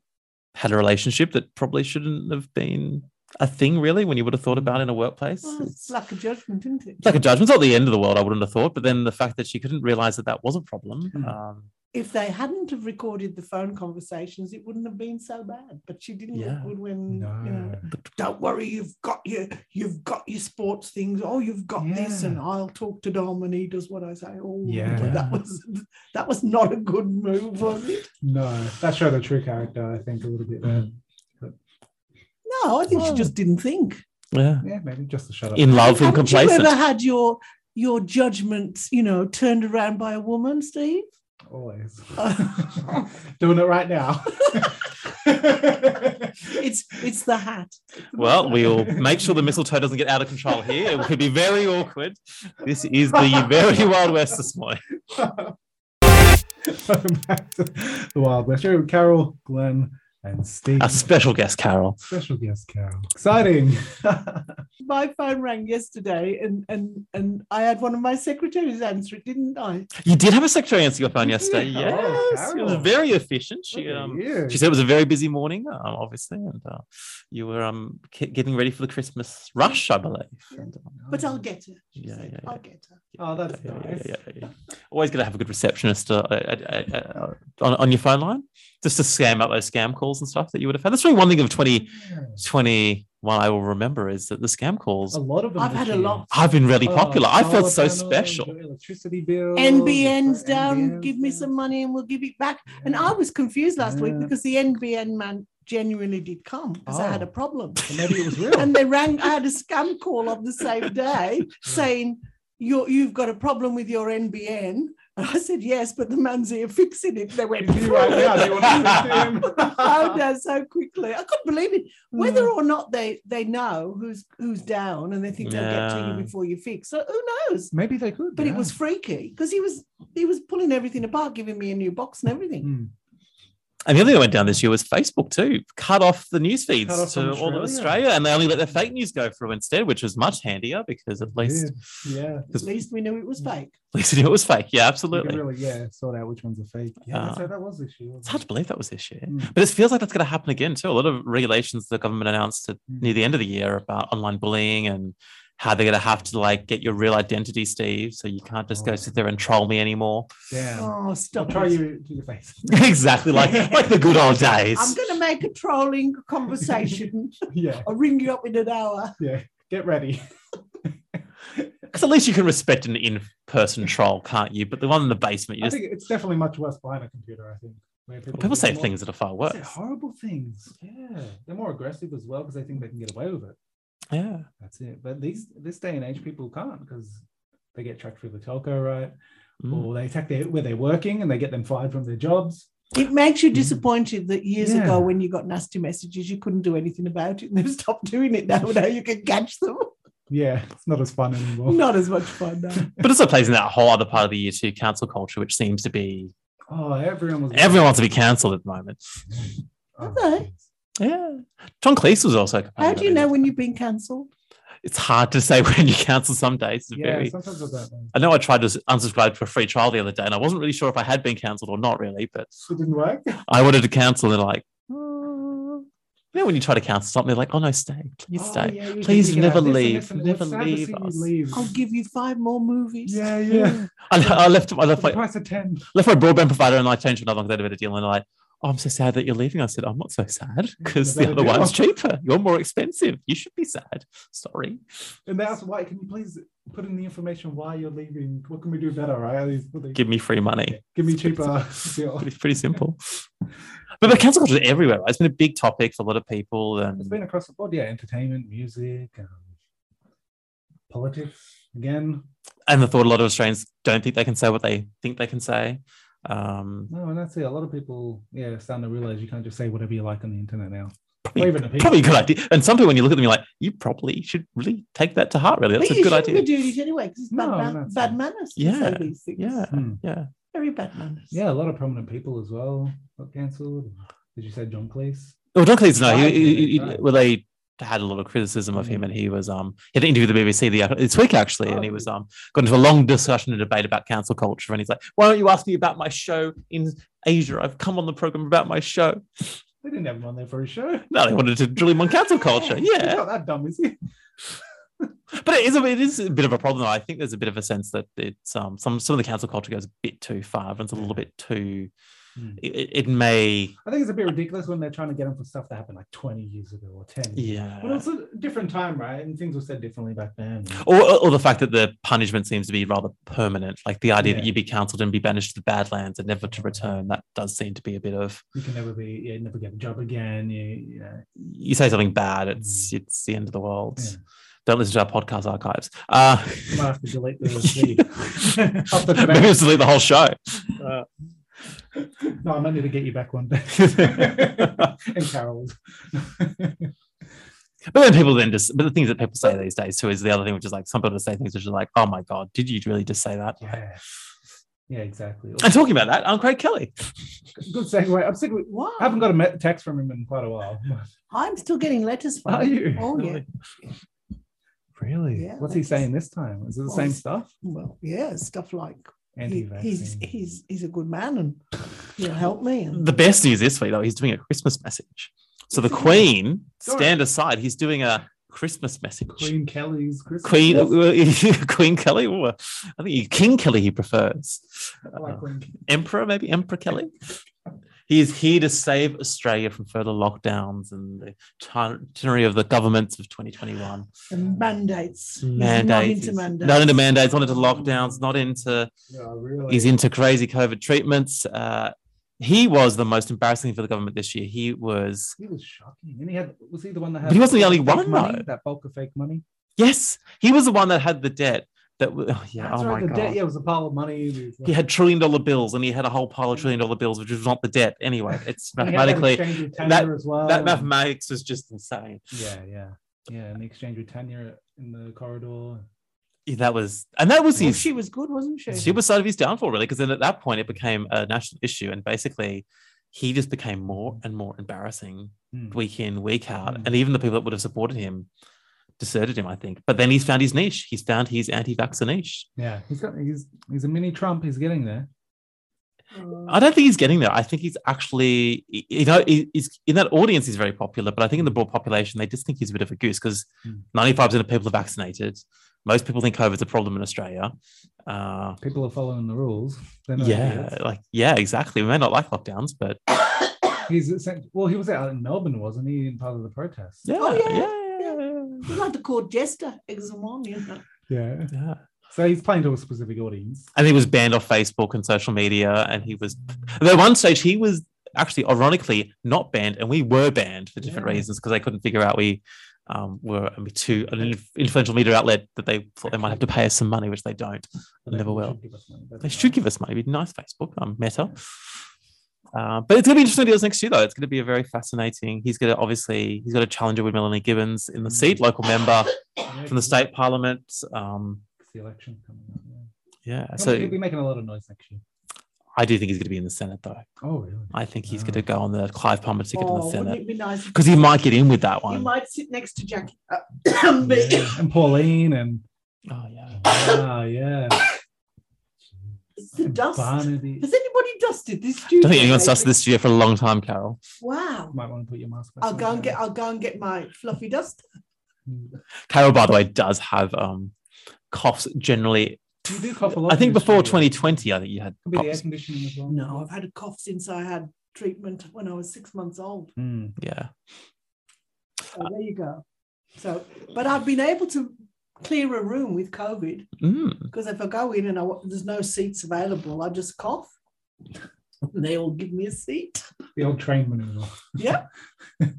D: had a relationship that probably shouldn't have been a thing really when you would have thought about it in a workplace.
C: Well, it's
D: It's
C: lack of judgment, isn't it?
D: it's like a judgment's not the end of the world. I wouldn't have thought, but then the fact that she couldn't realize that that was a problem.
B: Hmm.
D: Um,
C: if they hadn't have recorded the phone conversations, it wouldn't have been so bad. But she didn't
D: Yeah.
C: look good when you know, don't worry, you've got your you've got your sports things. Oh, you've got this, and
B: Yeah.
C: I'll talk to Dom, and he does what I say. Oh,
B: Yeah.
C: that was that was not a good move, was it?
B: No, that showed her true character, I think, a little bit there.
C: No, I think she
D: Oh.
C: just didn't think.
D: yeah,
B: Yeah, maybe just to shut up.
D: in love and
C: Haven't
D: complacent.
C: You ever had your your judgments, you know, turned around by a woman, Steve?
B: Always.
C: Uh,
B: Doing it right now.
C: It's it's the hat.
D: Well, we'll make sure the mistletoe doesn't get out of control here. It could be very awkward. This is the very Wild West this morning.
B: Welcome back to the Wild West. Here with Carol, Glenn, and Steve.
D: Our special guest, Carol.
B: Special guest, Carol. Exciting.
C: my phone rang yesterday and and and I had one of my secretaries answer it, didn't I?
D: You did have a secretary answer your phone
B: You
D: yesterday.
B: did? Oh,
D: Yes, it was
B: Carol.
D: very efficient. She
B: Look at
D: um,
B: you.
D: she said it was a very busy morning, um, obviously, and uh, you were um ki- getting ready for the Christmas rush, I believe. And, um,
C: But I'll get her. She
D: Yeah,
C: said,
D: yeah,
C: I'll
D: yeah.
C: get her.
B: Oh, that's
D: yeah, yeah,
B: nice.
D: yeah, yeah, yeah. Always got to have a good receptionist uh, uh, uh, uh, on, on your phone line, just to scam out those scam calls and stuff that you would have had. That's really one thing of twenty twenty one I will remember is that the scam calls
B: A lot of them.
C: I've had a
B: this year.
C: lot.
D: have been really
B: Oh,
D: popular. I
B: solar
D: felt so
B: panels,
D: special.
B: Electricity bills.
C: NBN's
B: NBNs
C: down, give me some money and we'll give it back. And I was confused last week
B: Yeah.
C: because the NBN man genuinely did come because I had a
B: Oh.
C: problem.
B: So maybe it was real.
C: and they rang, I had a scam call on the same day saying, You're, you've got a problem with your NBN. And I said, Yes, but the man's here fixing it. They went,
B: He's right now. Do you want to speak to him?
C: Oh down so quickly. I couldn't believe it. Whether
B: Hmm.
C: or not they they know who's who's down and they think they'll get to
D: Yeah.
C: you before you fix. So who knows?
B: Maybe they could.
C: But
B: yeah.
C: it was freaky because he was he was pulling everything apart, giving me a new box and everything.
B: Hmm.
D: And the other thing that went down this year was Facebook too cut off the news feeds
B: Cut off
D: to
B: from
D: all of
B: Australia.
D: Australia, and they only let the fake news go through instead, which was much handier because at least
B: Weird. Yeah.
C: At least we knew it was fake.
D: at least you knew it was fake. Yeah,
B: You can
D: absolutely.
B: really, yeah, sort out which ones are fake. Yeah,
D: Uh,
B: that's how that was this year.
D: It's
B: wasn't
D: hard to believe that was this year,
B: Mm.
D: but it feels like that's going to happen again too. A lot of regulations the government announced at
B: Mm.
D: near the end of the year about online bullying and how they're going to have to like get your real identity, Steve, so you can't just go
B: Oh.
D: sit there and troll me anymore.
B: it? Damn.
C: Oh,
B: I'll
C: stop.
B: try
C: it.
B: you to your face.
D: exactly like like the good old days.
C: I'm gonna make a trolling conversation.
B: yeah,
C: I'll ring you up in an hour.
B: yeah. Get ready.
D: Because at least you can respect an in-person troll, can't you? But the one in the basement, you
B: I
D: just
B: think it's definitely much worse behind a computer. I think. where
D: well, people say
B: more-
D: things that are far
B: they
D: worse.
B: say horrible things. Yeah, they're more aggressive as well because they think they can get away with it.
D: Yeah,
B: That's it. But these this day and age, people can't because they get tracked through the telco, right?
D: Mm.
B: Or they attack their, where they're working and they get them fired from their jobs.
C: It makes you disappointed that years
B: Mm. Yeah.
C: ago when you got nasty messages, you couldn't do anything about it and they've stopped doing it now. Now you can catch them.
B: Yeah, it's not as fun anymore.
C: Not as much fun now.
D: but also plays in that whole other part of the year too, cancel culture, which seems to be
B: Oh, everyone was
D: everyone wants to be cancelled at the moment.
B: Oh,
C: Okay.
D: Yeah, John Cleese was also. a component
C: How
D: of
C: do you
D: it.
C: know when you've been cancelled?
D: It's hard to say when you cancel. Some days, it's
B: Yeah,
D: very.
B: sometimes I don't know.
D: I know I tried to unsubscribe to a free trial the other day, and I wasn't really sure if I had been cancelled or not, really. But
B: It didn't work.
D: I wanted to cancel, and they're like, "Mm." you know, when you try to cancel something, they're like, "Oh no, stay, please
B: Oh,
D: stay."
B: yeah, you were
D: Please
B: thinking about
D: never
B: this and
D: leave,
B: this and it was
D: never
B: sad to
D: leave
B: see you
D: us.
B: leave.
C: I'll give you five more movies. Hmm.
B: Yeah, yeah.
D: I, I left. I left
B: For the
D: my
B: price of ten.
D: left my broadband provider and I changed to another one because they had a better deal. And they're like, oh, I'm so sad that you're leaving. I said, I'm not so sad because the
B: better
D: other
B: deal.
D: one's cheaper. You're more expensive. You should be sad. Sorry.
B: And they asked, why can you please put in the information why you're leaving? What can we do better, right? These- they-
D: Give me free money.
B: Give me cheaper deal.
D: It's pretty simple. But the cancel culture is everywhere. Right? It's been a big topic for a lot of people.
B: It's
D: And
B: been across the board, yeah. Entertainment, music, um, politics again.
D: and the thought a lot of Australians don't think they can say what they think they can say. Um,
B: No, and that's it. A lot of people, yeah, are starting to realize you can't just say whatever you like on the internet now. Or
D: probably,
B: even the people.
D: probably a good idea. And some people, when you look at them, you're like, you probably should really take that to heart, really. That's
C: but
D: a
C: you
D: good
C: shouldn't
D: idea.
C: be doing it anyway because it's bad,
B: No,
C: man-
B: that's
C: bad
B: it.
C: manners to
D: Yeah,
C: say these things.
D: Yeah.
B: Hmm.
D: Yeah.
C: Very bad manners.
B: Yeah, a lot of prominent people as well got cancelled. Did you say John Cleese?
D: Well, John Cleese, no.
B: Why
D: He,
B: did
D: he,
B: they
D: he-
B: die?
D: well, they had a lot of criticism of him, and he was um he had an interview with the BBC the, this week actually, and he was um got into a long discussion and debate about cancel culture, and he's like, "Why don't you ask me about my show in Asia? I've come on the program about my show."
B: They didn't have him on there for a show.
D: No, they wanted to drill him on cancel culture.
B: He's
D: Yeah,
B: not that dumb, is he?
D: but it is a it is a bit of a problem. though. I think there's a bit of a sense that it's um some some of the cancel culture goes a bit too far, and it's a little bit too.
B: Mm.
D: It, it- it may
B: I think it's a bit ridiculous when they're trying to get him for stuff that happened like 20 years ago or 10 years
D: yeah.
B: But it's a different time, right? And things were said differently back then.
D: Or, or the fact that the punishment seems to be rather permanent, like the idea that
B: Yeah.
D: you be cancelled and be banished to the Badlands and never to return. That does seem to be a bit of
B: You can never be, yeah, never get a job again. You, you know.
D: you say something bad, it's it's the end of the world.
B: Hmm. Yeah.
D: Don't listen to our podcast archives. Uh,
B: You might have to delete the video. Up the
D: maybe
B: connect.
D: just delete the whole show.
B: No, I might need to get you back one day. and Carol's.
D: But then people then just, but the things that people say these days too is the other thing, which is like some people just say things which are like, oh my God, did you really just say that?
B: yeah. Yeah, exactly.
D: And talking about that, I'm Craig Kelly.
B: Good segue. I'm sick of,
C: Wow.
B: I haven't got a me- text from him in quite a while.
C: I'm still getting letters from
B: Are
C: him.
B: you?
C: Oh, yeah.
D: Really?
C: yeah.
B: What's he
C: letters.
B: saying this time? Is it the
C: Well,
B: same
C: it's-
B: stuff?
C: Well, yeah, stuff like he, he's,
B: Anti-vaccine.
C: he's, he's a good man and he'll help me. And
D: The best news this week, though, he's doing a Christmas message. So the Queen, stand aside, he's doing a Christmas message. Queen,
B: Queen Kelly's Christmas.
D: Queen, Kelly, Ooh, I think he- King Kelly he prefers.
B: I like
D: Uh,
B: Queen-
D: Emperor, maybe Emperor Kelly. He is here to save Australia from further lockdowns and the itinerary of the governments of 2021.
C: the mandates. He's Not
D: Mandates.
C: into mandates.
D: Not into mandates, not into lockdowns, not into
B: Yeah, really.
D: He's into crazy COVID treatments. Uh, he was the most embarrassing thing for the government this year. He was,
B: He was shocking. And he had was he the one that had
D: But he wasn't the only
B: fake
D: one,
B: money,
D: though.
B: that bulk of fake money.
D: yes, he was the one that had the debt. That w- oh, yeah,
B: That's
D: oh
B: right,
D: my
B: the
D: god,
B: debt, yeah, it was a pile of money. It was-
D: he had trillion dollar bills, and he had a whole pile of trillion dollar bills, which was not the debt anyway. It's
B: and he had Um, that
D: mathematically
B: exchange with
D: that-
B: Tanya as well.
D: that
B: and-
D: mathematics was just insane.
B: Yeah, yeah. Yeah, and the exchange with Tanya in the corridor.
D: Yeah, That was, and that was
C: Well,
D: his.
C: she was good, wasn't she?
D: She was side of his downfall, really, because then at that point it became a national issue, and basically he just became more and more embarrassing
B: Mm.
D: week in, week out.
B: Mm.
D: And even the people that would have supported him deserted him, I think. But then he's found his niche. He's found his anti vaxxer niche.
B: Yeah, he's got he's he's a mini Trump. He's getting there.
C: Mm.
D: I don't think he's getting there. I think he's actually, you know, he- he's in that audience, he's very popular. But I think in the broad population, they just think he's a bit of a goose because
B: Mm.
D: 95% of people are vaccinated. Most people think COVID's a problem in Australia. Uh,
B: People are following the rules. They're not
D: yeah,
B: idiots.
D: like, yeah, exactly. We may not like lockdowns, but
B: He's sent, well, he was out in Melbourne, wasn't he, in part of the protests?
D: yeah,
C: Oh, yeah,
D: yeah,
C: You're like the court jester, Examon, you know.
B: Yeah.
D: yeah.
B: So he's playing to a specific audience.
D: and he was banned off Facebook and social media. And he was at one stage he was actually ironically not banned, and we were banned for different
B: Yeah.
D: reasons because they couldn't figure out we um, were a me- too an inf- influential media outlet that they thought they might have to pay us some money, which they don't.
B: But they
D: Never will.
B: should give us money. That's
D: They
B: right.
D: should give us money. It'd be nice Facebook, um, Meta. Uh, but it's going to be interesting deals next year, though. It's going to be a very fascinating. He's going to obviously he's got a challenger with Melanie Gibbons in the seat, local member
B: Yeah,
D: from the state parliament. Um,
B: it's the election coming up. Yeah.
D: yeah,
B: So he'll
D: so
B: be making a lot of noise next year.
D: I do think he's going to be in the Senate, though.
B: Oh, really?
D: I think he's
B: Wow.
D: going to go on the Clive Palmer ticket in
C: Ah. Oh,
D: the
C: wouldn't
D: Senate
C: it be nice?
D: because he might get in with that
C: You
D: one.
C: might sit next to Jackie. Uh, me.
B: And Pauline and
D: Oh yeah.
B: ah, yeah.
C: It's the
B: And
C: dust.
B: Barnaby.
C: Has anybody dusted this
D: I
C: studio?
D: don't think anyone's dusted this year for a long time, Carol.
C: Wow.
B: Might want to put your mask back
C: I'll
B: on.
C: go and get. I'll go and get my fluffy dust.
B: You
D: Carol, by the way, does have um, coughs generally.
B: do cough a lot.
D: I think
B: in this
D: before
B: studio.
D: 2020, I think you had
B: Could be the air
D: coughs.
B: conditioning as well.
C: No, I've had a cough since I had treatment when I was six months old.
B: Hmm.
D: Yeah.
C: So there you go. So, but I've been able to clear a room with COVID
D: Mm.
C: because if I go in and I, wa- there's no seats available, I just cough. And they all give me a seat.
B: The old train maneuver.
C: Yeah.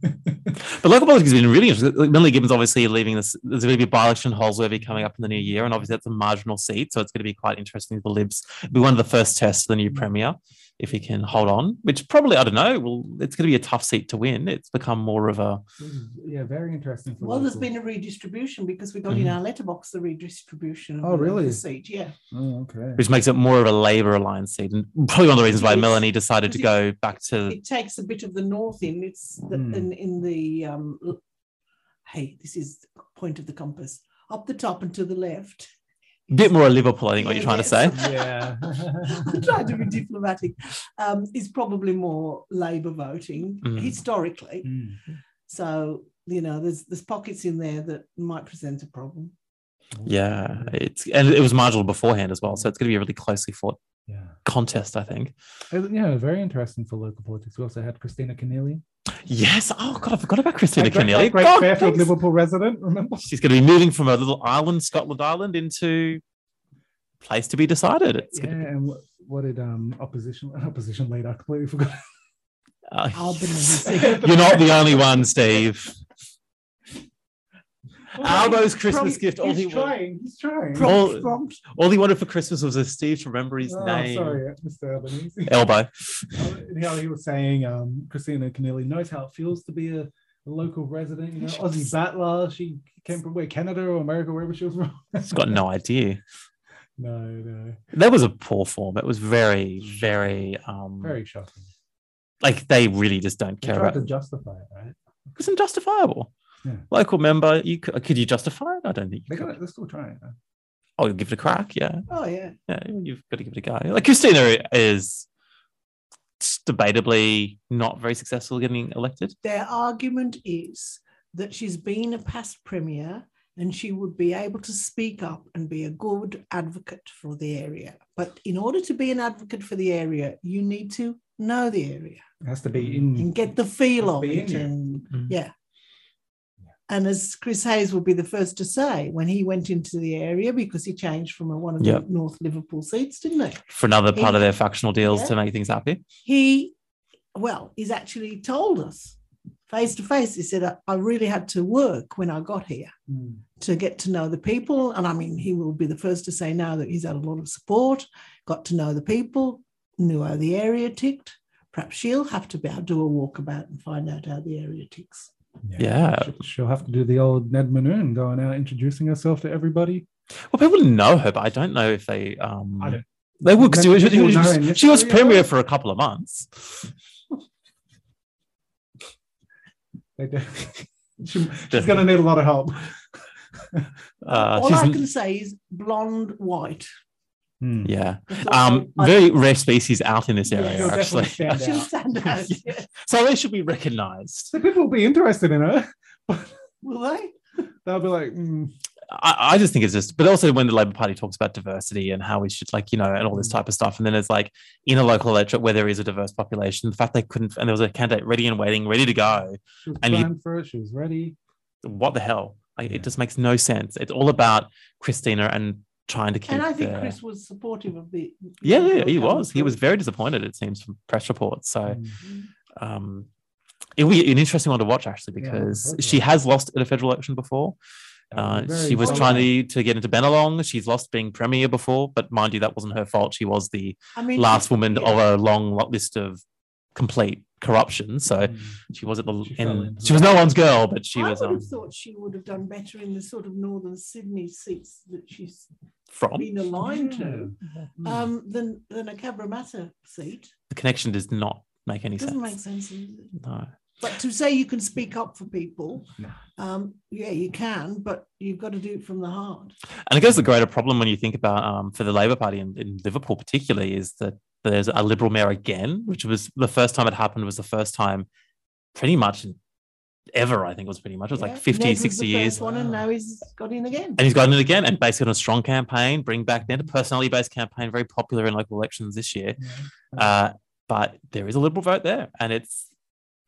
D: But local politics has been really interesting. Like, Melanie Gibbons obviously leaving this. There's going to be a by election Holsworthy coming up in the new year, and obviously that's a marginal seat, so it's going to be quite interesting for the Libs. It'll be one of the first tests for the new
B: Mm.
D: Premier if he can hold on, which probably, I don't know, well, it's going to be a tough seat to win. It's become more of a.
B: This is- yeah, very interesting. For
C: Well, there's
B: locals.
C: been a redistribution because we got in
D: Mhm.
C: our letterbox the redistribution. Of
B: Mm-hmm. Oh,
C: the-
B: really?
C: The seat, yeah.
B: Oh, okay.
D: which makes it more of a Labour alliance seat, and probably one of the reasons why
C: Yes.
D: Melanie decided to
C: It-
D: go back to
B: Hmm.
C: It takes a bit of the north in. It's the,
B: Mm.
C: in, in the um, hey, this is the point of the compass, up the top and to the left.
D: Bit more Liverpool, I think, what you're trying to say.
B: yeah.
C: I'm trying to be diplomatic, um, is probably more Labour voting
D: Mm.
C: historically.
B: Mm.
C: So, you know, there's there's pockets in there that might present a problem.
D: Yeah, it's and it was marginal beforehand as well, so it's going to be a really closely fought
B: Yeah.
D: contest, I think.
B: And, you know, very interesting for local politics. We also had Christina Keneally.
D: Yes. Oh God, I forgot about Christina
B: A great- a
D: Keneally.
B: Great
D: God,
B: Fairfield,
D: thanks.
B: Liverpool resident, remember?
D: She's going to be moving from a little island, Scotland Island, into place to be decided. It's
B: Yeah,
D: going to be.
B: and what, what did um opposition opposition leader? I completely forgot.
D: Uh,
C: Albanese.
D: you're not the only one, Steve. Albo's Christmas
B: From-
D: gift. All he,
B: He's
D: wa-
B: trying. He's trying.
D: From-
C: Prompt,
D: All-
C: prompt.
D: all he wanted for Christmas was a Steve to remember his
B: Oh,
D: name.
B: Sorry, Mr. Albanese.
D: Elbow.
B: And how he was saying, um, Christina Keneally knows how it feels to be a, a local resident. You know, Aussie battler. She came from where Canada or America, wherever she was from.
D: He's got no idea.
B: no, no,
D: That was a poor form. It was very, very, um,
B: very shocking.
D: like they really just don't
B: They
D: care
B: tried
D: about.
B: to
D: It
B: justify it, right?
D: was unjustifiable.
B: Yeah.
D: Local member, you could, could you justify it? I don't think.
B: They
D: You
B: got
D: could.
B: it. They're still trying. Huh?
D: Oh, you'll give it a crack. Yeah,
C: Oh, yeah.
D: yeah. You've got to give it a go. Like Christina is debatably not very successful getting elected.
C: Their argument is that she's been a past premier and she would be able to speak up and be a good advocate for the area. But in order to be an advocate for the area, you need to know the area
B: It has to
D: Mm.
B: be in.
C: and get the feel
B: Must
C: of
B: be in
C: it.
B: you.
C: And
D: Mhm.
C: yeah. And as Chris Hayes would be the first to say, when he went into the area, because he changed from a, one of
D: Yep.
C: the North Liverpool seats, didn't he?
D: For another part of their factional deals
C: Yeah.
D: to make things happy.
C: he well he's actually told us face to face he said I, I really had to work when i got here
B: Mm.
C: to get to know the people and i mean he will be the first to say now that he's had a lot of support got to know the people knew how the area ticked perhaps she'll have to be able to do a walkabout and find out how the area ticks
D: Yeah.
B: She- She'll have to do the old Ned Manoon going out introducing herself to everybody.
D: Well, people know her, but I don't know if they. Um,
B: I don't-
D: They will because she, was-
B: Maybe
D: she
B: people know
D: was-
B: her in this
D: she was
B: area.
D: premier for a couple of months.
B: They do. She- she's going to need a lot of help.
D: Uh,
C: all
D: she's
C: i
D: n-
C: can say is blonde white
B: Hmm.
D: yeah,
C: That's all
D: um,
C: I-
D: very rare species out in this
C: Yeah,
D: area,
B: she'll definitely
D: actually.
B: stand
C: she'll
B: out.
C: stand out yeah.
D: So they should be recognised.
B: So people will be interested in her.
C: will they
B: They'll be like, mm,
D: I, I just think it's just, but also when the Labor Party talks about diversity and how we should, like, you know, and all this
C: Mm.
D: type of stuff, and then it's like in a local electorate where there is a diverse population, the fact they couldn't, and there was a candidate ready and waiting, ready to go.
B: she was
D: And you-
B: planned for it. She was ready.
D: What the hell? Like,
B: Yeah.
D: It just makes no sense. It's all about Christina and trying to keep.
C: and i think
D: the-
C: chris was supportive of the
D: uh, Yeah, yeah, he was. He
C: through.
D: was very disappointed. It seems from press reports. So.
B: Mm.
D: um, it'll be an interesting one to watch actually
B: Yeah, I'm
D: because
B: looking forward to
D: she
B: that.
D: has lost at a federal election before. Uh,
C: Um,
B: That very
D: she was
B: well
D: trying
B: done.
D: to, to get into Benelong. She's lost being premier before, but mind you, that wasn't her fault. She was the
C: I mean,
D: last woman
C: yeah.
D: of a long lo- list of complete corruption. So
B: Mm.
D: she was at the
B: She
D: she,
B: fell into
D: she was
B: that.
D: no one's girl, but she
C: I
D: was
C: would
D: um,
C: have thought she would have done better in the sort of northern Sydney seats that she's
D: from
C: been aligned to
B: Mm.
C: um, than than a Cabramatta seat.
D: the connection does not make any
C: Doesn't make
D: sense.
C: sense. does it?
D: No.
C: But to say you can speak up for people,
B: No.
C: um, yeah, you can, but you've got to do it from the heart.
D: And I guess the greater problem when you think about um, for the Labor Party in, in Liverpool, particularly, is that there's a Liberal mayor again, which was the first time it happened, was the first time pretty much ever, I think it was pretty much. It was
C: Yeah.
D: like 50,
C: Ned was
D: 60
C: the first
D: years.
C: One, and
B: Wow.
C: now he's got in again.
D: And he's gotten it again and based it on a strong campaign, bring back then a personality based campaign, very popular in local elections this year.
B: Yeah.
D: Uh, but there is a Liberal vote there and it's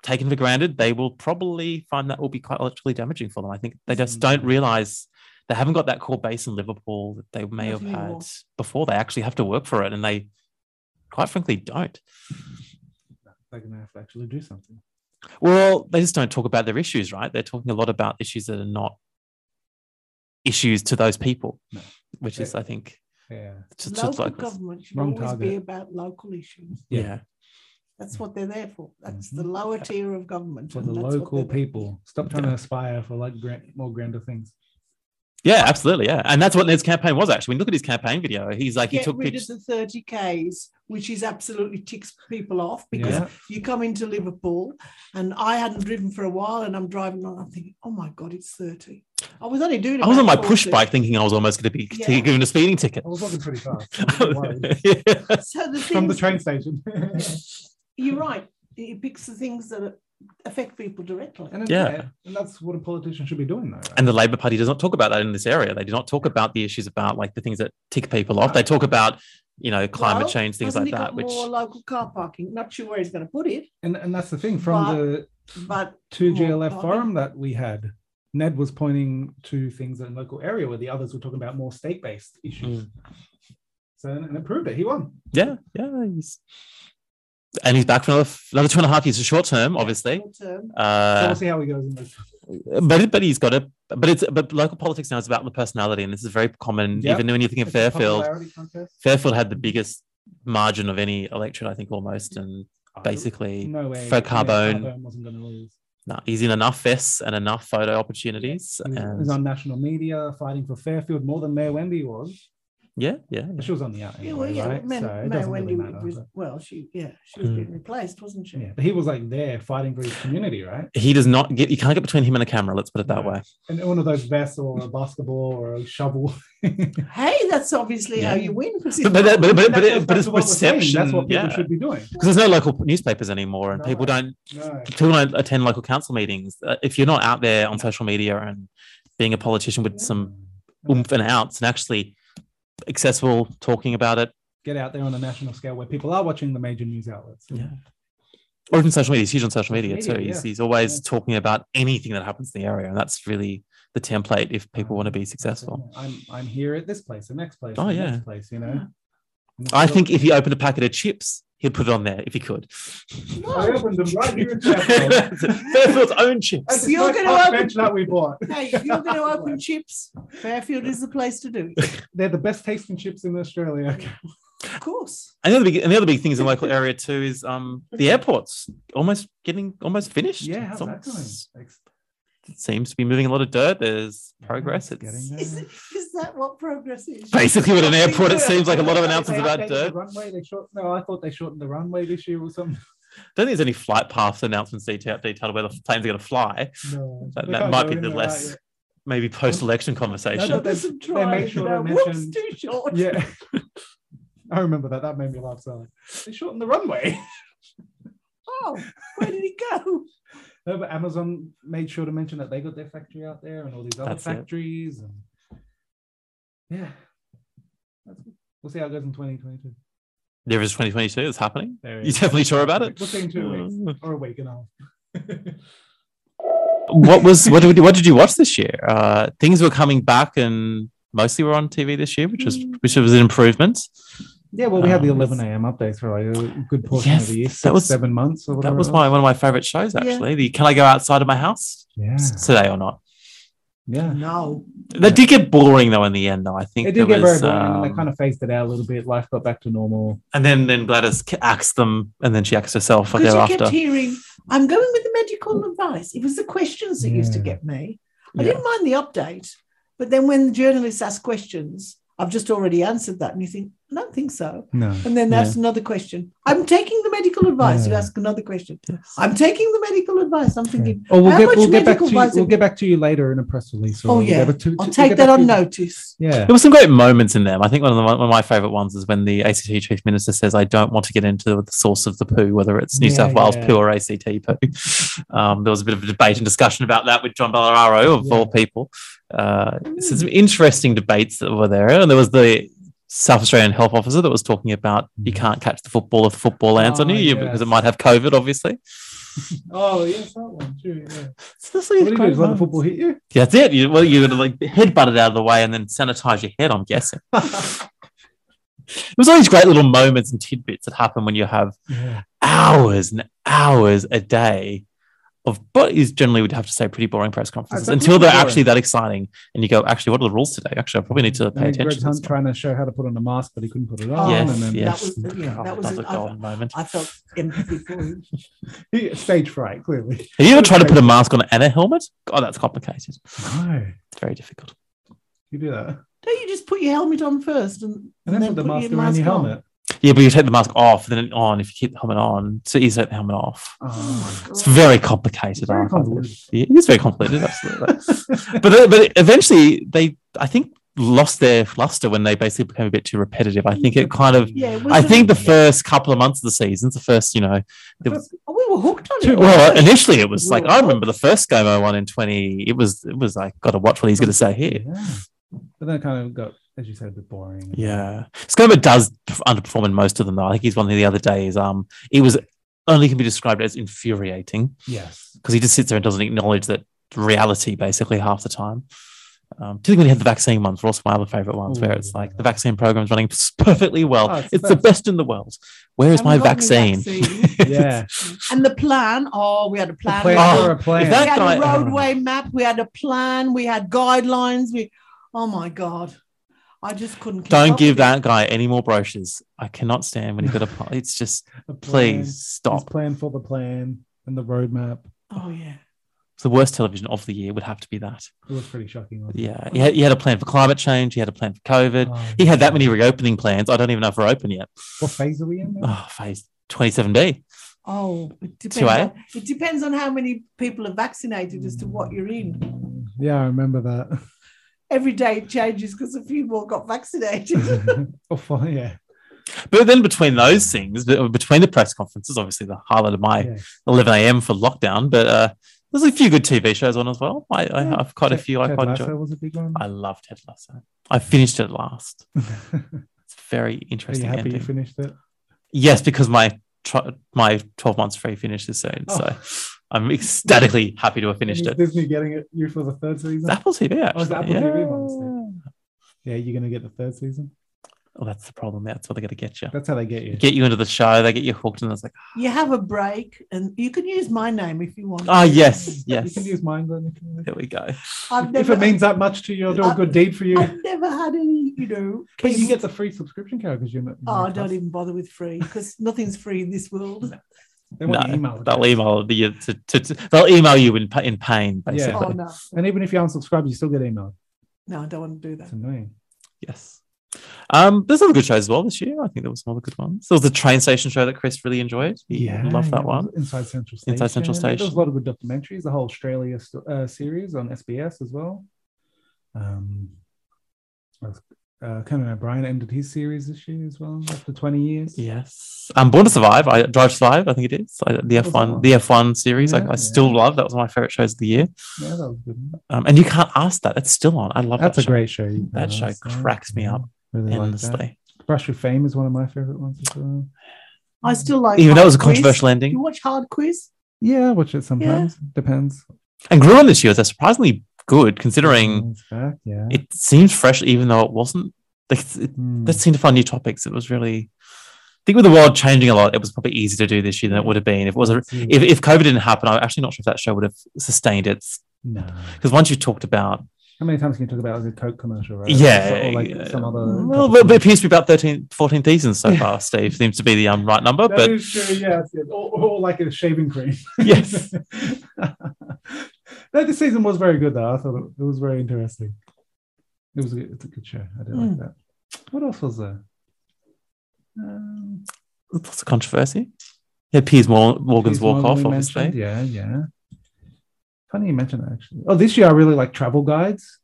D: taken for granted. They will probably find that will be quite electorally damaging for them. I think they just don't realize they haven't got that core base in Liverpool that they may
C: Not
D: have
C: anymore.
D: had before. They actually have to work for it and they quite frankly don't.
B: They're going to have to actually do something.
D: Well, they just don't talk about their issues, right? They're talking a lot about issues that are not issues to those people,
B: No.
D: which is, I think,
B: Yeah.
D: just,
C: local
D: just like
C: government should
B: Wrong
C: always be
B: target.
C: about local issues.
D: yeah.
C: That's what they're there for. That's
B: Mhm.
D: Mm-hmm.
C: the lower tier of government.
B: For
C: and
B: the
C: that's what
B: local
C: they're there
B: people. Stop trying to aspire for like grand, more grander things.
D: Yeah, absolutely. Yeah. And that's what Ned's campaign was actually. When you look at his campaign video, he's like, he
C: Get
D: took
C: rid
D: pictures.
C: of the 30Ks, which is absolutely ticks people off because
B: Yeah.
C: you come into Liverpool and I hadn't driven for a while and I'm driving along. I'm thinking, oh my God, it's 30. I was only doing
D: I was on my
C: about
D: push
C: 40.
D: bike thinking I was almost going to be
C: Yeah. Oh,
D: given a speeding ticket.
B: I was walking pretty fast.
D: yeah.
C: So the
B: From the
C: things,
B: train station. and
C: you're right. It picks the things that affect people directly.
B: it's
D: Yeah.
B: fair. And that's what a politician should be doing, though. right?
D: And the Labor Party does not talk about that in this area. They do not talk about the issues about like the things that tick people off. They talk about, you know, climate
C: Well,
D: change, things
C: Hasn't
D: like
C: he
D: that,
C: got
D: which
C: more local car parking. Not sure where he's going to put it,
B: and, and that's the thing from
C: But-
B: the
C: but
B: two
C: More
B: GLF
C: parking.
B: forum that we had, Ned was pointing to things in local area where the others were talking about more state based issues.
D: Mm.
B: So and, and it proved it. He won.
D: yeah, yeah. He's, and he's back for another, another two and a half years, short term, obviously.
C: short term,
B: So
D: Uh,
B: we'll see how he goes in this.
D: but but he's got a but it's but local politics now is about the personality, and this is very common.
B: Yep.
D: Even when you think of
B: It's a
D: Fairfield,
B: popularity contest.
D: Fairfield had the biggest margin of any electorate, I think, almost, and basically,
B: No way.
D: for
B: yeah,
D: Carbone.
B: wasn't going to lose.
D: nah, he's in enough vests and enough photo opportunities,
B: He was, he was
D: and
B: on national media fighting for Fairfield more than Mayor Wendy was.
D: yeah, yeah,
B: She was on the out.
C: yeah, well,
B: anyway,
C: yeah,
B: right?
C: Mary,
B: so it
C: Mary
B: doesn't really
C: Wendy
B: matter,
C: was
B: but-
C: well, she yeah, she was
D: Mm.
C: being replaced, wasn't she?
B: yeah, but he was like there fighting for his community, right?
D: He does not get. You can't get between him and a camera. Let's put it that
B: No.
D: way.
B: And one of those vests or a basketball or a shovel.
C: Hey, that's obviously how
D: Yeah.
C: you win. But,
D: But but but, but,
B: That
D: but,
B: goes
D: it,
B: back
D: but it's
B: to what we're saying,
D: perception.
B: That's what people
D: yeah.
B: should be doing.
D: because there's no local newspapers anymore, and people
B: No.
D: don't
B: No.
D: people don't attend local council meetings. Uh, if you're not out there on social media and being a politician with some oomph and outs and actually accessible talking about it,
B: get out there on a national scale where people are watching the major news outlets.
D: Yeah. or even social media. He's huge on social media,
B: Social
D: too.
B: media,
D: He's,
B: yeah.
D: he's always
B: Yeah.
D: talking about anything that happens in the area, and that's really the template if people want to be successful.
B: I'm I'm here at this place, the next place,
D: Oh,
B: the
D: yeah.
B: next place, you know.
C: Yeah.
B: And
D: I
B: so-
D: think if he opened a packet of chips, he'd put it on there if he could.
B: I opened them right here in Sheffield.
D: Fairfield's own chips.
B: That's
C: You're
B: my
C: gonna
B: park
C: open-
B: bench that we bought.
C: hey, if you're going to open chips, Fairfield is the place to do it.
B: They're the best tasting chips in Australia. Okay.
C: Of course.
D: And the other big, and the other big things in the local area too is um the airports almost getting almost finished.
B: Yeah, how's
D: It's
B: that going?
D: almost-
B: Ex-
D: It seems to be moving a lot of dirt. There's progress.
B: Yeah,
D: It's
B: it's getting
C: Is,
B: there.
C: it, is that what progress is?
D: basically what an airport. It
C: Yeah.
D: seems like a lot of
B: They
D: announcements about
B: updated
D: dirt.
B: The runway, they short, no, I thought they shortened the runway this year or something.
D: don't think there's any flight paths announcements detailed, detailed where the planes are going to fly.
B: No,
D: That,
B: they
D: that
B: can't
D: might
B: go
D: be
B: in
D: the
B: there,
D: less
B: right?
D: maybe post-election conversation.
B: No,
C: That
B: they-
C: doesn't
B: they
C: try.
B: made sure
C: No,
B: they
C: whoops,
B: mentioned-
C: too short.
B: Yeah. I remember that. That made me laugh so much. They shortened the runway.
C: Oh, where did he go?
B: No, but Amazon made sure to mention that they got their factory out there and all these other
D: That's it.
B: factories. And yeah, That's good. we'll see how it goes in 2022.
D: There is 2022. It's happening.
B: There
D: You definitely sure about it?
B: We'll see in two weeks
D: Uh,
B: or a week and a half.
D: What was what did we, what did you watch this year? Uh, things were coming back and mostly were on TV this year, which was which was an improvement.
B: Yeah, well, we had the
D: Um,
B: 11 a.m. updates for like a good portion
D: Yes,
B: of the year.
D: that
B: six,
D: was-
B: seven months or whatever.
D: That was
B: it
D: my one of my favorite shows actually. The Can I go outside of my house
B: Yeah,
D: s- today or not?
B: Mm. yeah.
C: No.
D: That did get boring though in the end. Though I think
B: It did
D: there
B: get very
D: was,
B: boring, and then
D: um,
B: they kind of phased it out a little bit. Life got back to normal.
D: and then then Gladys k- axed them, and then she axed herself
C: Because you
D: thereadafter.
C: kept hearing, I'm going with the medical advice. It was the questions that used to
B: Yeah.
C: get me. I
D: Yeah.
C: didn't mind the update, but then when the journalists ask questions, I've just already answered that. And you think, I don't think so.
B: No,
C: And then that's another question. I'm taking the medical advice. You
B: Yeah.
C: ask another question. I'm taking the medical advice. I'm thinking,
B: Oh, we'll
C: How
B: get
C: much
B: we'll get back to
C: medical
B: you,
C: advice
B: we'll
C: have-
B: get back to you later in a press release.
C: Oh,
B: or
C: yeah.
B: whatever to-
C: I'll
B: to-
C: take
B: get
C: that
B: back to
C: on
B: you-
C: notice.
B: Yeah,
D: There were some great moments in them. I think one of the one of my favorite ones is when the ACT chief minister says, "I don't want to get into the source of the poo, whether it's New
B: Yeah,
D: South Wales
B: yeah.
D: poo or ACT poo." Um, there was a bit of a debate and discussion about that with John Ballararo of
B: Yeah.
D: all people. Uh, so some interesting debates that were there, and there was the South Australian health officer that was talking about you can't catch the football if the football lands on
B: Oh,
D: you you- because it
B: Mm. yes.
D: might have COVID, obviously.
B: Oh yes, that one too. Yeah.
D: So there's
B: What do you do?
D: great
B: Just Let the
D: moments.
B: football hit you.
D: That's it. You, well, you would like head butted out of the way and then sanitize your head. I'm guessing. it was all these great little moments and tidbits that happen when you have
B: Yeah.
D: hours and hours a day of what is generally would have to say pretty boring press conferences
B: Exactly.
D: until they're
B: Boring.
D: actually that exciting and you go, actually, what are the rules today? Actually, I probably need to
B: And
D: pay
B: then Greg
D: attention. To
B: Hunt
D: this one.
B: trying to show how to put on a mask, but he couldn't put it on.
C: Oh,
D: Yes,
B: and then
D: yes.
C: That was, yeah,
D: Oh,
C: that was,
D: a
C: an, I,
D: golden moment.
C: I felt empathy for him.
B: He- stage fright, clearly.
D: Have you ever tried to put a mask on and a helmet? God, that's complicated. It's
B: No.
D: very difficult.
B: You do that.
C: Don't you just put your helmet on first and,
B: And then put the
C: put
B: mask around your
C: on?
B: helmet.
D: Yeah, but you take the mask off, then it on. If you keep the helmet on, so you take the helmet off.
B: Oh, my God.
D: It's very complicated.
B: Very
D: I find it.
B: convoluted.
D: Yeah, it is very complicated, absolutely. but but eventually they, I think, lost their luster when they basically became a bit too repetitive. I think it kind of.
C: Yeah, it was
D: I
C: a-
D: think the first couple of months of the seasons, the first, you know,
C: Oh, we were hooked on it.
D: two, well,
C: weren't we?
D: initially it was like I
C: Well-
D: remember the first ScoMo one in twenty. It was it was like got to watch what he's going to say here.
B: Yeah. But then it kind of got, as you said, a bit boring.
D: Yeah, Skoma does p- underperform in most of them. Though I think he's one of the other days. Um, it was only can be described as infuriating
B: Yes.
D: because he just sits there and doesn't acknowledge that reality basically half the time. Um, particularly when you have the vaccine ones, were also my other favorite ones, where it's
B: Ooh,
D: like
B: yeah.
D: the vaccine program's running s- perfectly well.
B: Oh,
D: it's
B: it's
D: the
B: best.
D: best in the world. Where is
C: Haven't
D: my
C: got any
D: vaccine?
C: vaccine.
B: Yeah.
C: And the plan, oh, we had a
B: plan
C: plan.
B: for
D: Oh,
B: a plan.
D: if that-
C: we had a
D: guy-
C: roadway map. We had a plan. We had guidelines. We, oh my god, I just couldn't. keep
D: Don't
C: up
D: give
C: with it.
D: that guy any more brochures. I cannot stand when he's got a. pl- It's just
B: A plan.
D: please
B: His
D: stop.
B: plan for the plan and the roadmap.
C: Oh yeah,
D: It's the worst television of the year would have to be that.
B: It was pretty shocking. wasn't it?
D: Yeah, he had, he had a plan for climate change. He had a plan for COVID.
B: Oh,
D: He had that many
B: yeah.
D: reopening plans. I don't even know if we're open yet.
B: What phase are we in? now?
D: Oh, phase 27B.
C: oh, it depends.
D: Two, eh?
C: on, it depends on how many people are vaccinated as to what you're in.
B: Yeah, I remember that.
C: Every day it changes because a few more got vaccinated.
B: oh, fun, yeah.
D: But then between those things, be- between the press conferences, obviously the highlight of my
B: yeah.
D: 11 a.m. for lockdown, but uh, there's a few good TV shows on as well. I, I,
B: Yeah.
D: I've quite a
B: Ted-
D: few I
B: Ted
D: quite
B: Lasso
D: enjoy.
B: was a big one.
D: I love Ted Lasso. I finished it last.
B: Are
D: It's very
B: you
D: interesting.
B: happy you
D: ending.
B: finished it?
D: yes, because my tr- my 12 months free finishes soon. So I'm ecstatically happy to have finished
B: Is
D: it.
B: Oh. Disney getting it you for the third season?
D: It's Apple TV, actually.
B: Oh, it's Apple
D: yeah.
B: TV ones, yeah, you're gonna get the third season.
D: Well, that's the problem. That's what they're going to get you.
B: That's how they get you.
D: Get you into the show. They get you hooked, and it's like,
C: you have a break, and you can use my name if you want.
D: ah, yes, yes.
B: You can use mine, Glenn. if you want.
D: there we go.
C: I've
B: If
C: never,
B: it means that much to you, I'll do a
C: Uh,
B: good deed for you.
C: I've never had any. You know,
B: But you
C: kids-
B: get the free subscription card because you're not.
C: Oh,
B: you're
C: don't
B: not-
C: even bother with free because nothing's free in this world.
B: They want
D: No,
B: your email.
D: They'll
B: address.
D: email you to, to, to they'll email you in pa- in pain, basically.
C: Oh no,
B: And even if you unsubscribe, you still get email.
C: no, I don't want to do that.
B: It's annoying.
D: Yes. Um, there's other good shows as well this year. I think there was some other good ones. There was the train station show that Chris really enjoyed. He loved that
B: yeah,
D: one.
B: Inside Central Station.
D: Inside Central
B: There's
D: Station.
B: a lot of good documentaries. The whole Australia st- uh, series on SBS as well. Um, uh, Conan O'Brien ended his series this year as well after 20 years.
D: Yes. Um, Born to Survive. I Drive to Survive. I think it is. I, the
B: was that?
D: F1, the F1 series. I,
B: Yeah,
D: I still
B: yeah.
D: love. That was one of my favorite shows of the year.
B: Yeah, that was a good. One.
D: Um, and you can't ask that. It's still on. I love
B: That's
D: that
B: a
D: show.
B: great show. you
D: That
B: guys.
D: show
B: Yeah,
D: cracks me up
B: Really like
D: endlessly.
B: that. Brush with Fame is one of my favorite ones as well.
C: I still like.
D: Even though it
C: Hard
D: was a
C: Quiz.
D: controversial ending.
C: You watch Hard Quiz?
B: Yeah, I watch it sometimes. Depends.
D: And Gruen this year is surprisingly good, considering
B: It's back, yeah.
D: it seems fresh, even though it wasn't. They, it,
B: Mm.
D: they seemed to find new topics. It was really, I think, with the world changing a lot, it was probably easier to do this year than it would have been if it was. A,
B: Yeah.
D: if, if COVID didn't happen, I'm actually not sure if that show would have sustained it.
B: no.
D: Because once you talked about,
B: How many times can you talk about like a Coke commercial, right?
D: yeah,
B: Or like
D: yeah.
B: some other.
D: well, but it appears to be about 13, 14 seasons so far. Steve seems to be the um, right number,
B: That
D: but
B: is true, yeah. it's good. Or, or like a shaving cream.
D: Yes.
B: no, this season was very good, though. I thought it, it was very interesting. It was a, it's a good show. I did like
C: Mm.
B: that. What else was there? Um,
D: lots of controversy. Yeah, Piers Mor- Morgan's
B: Piers
D: walk
B: Morgan we
D: off, obviously.
B: mentioned. Yeah, yeah. Funny you mention that, actually. Oh, this year I really like travel guides.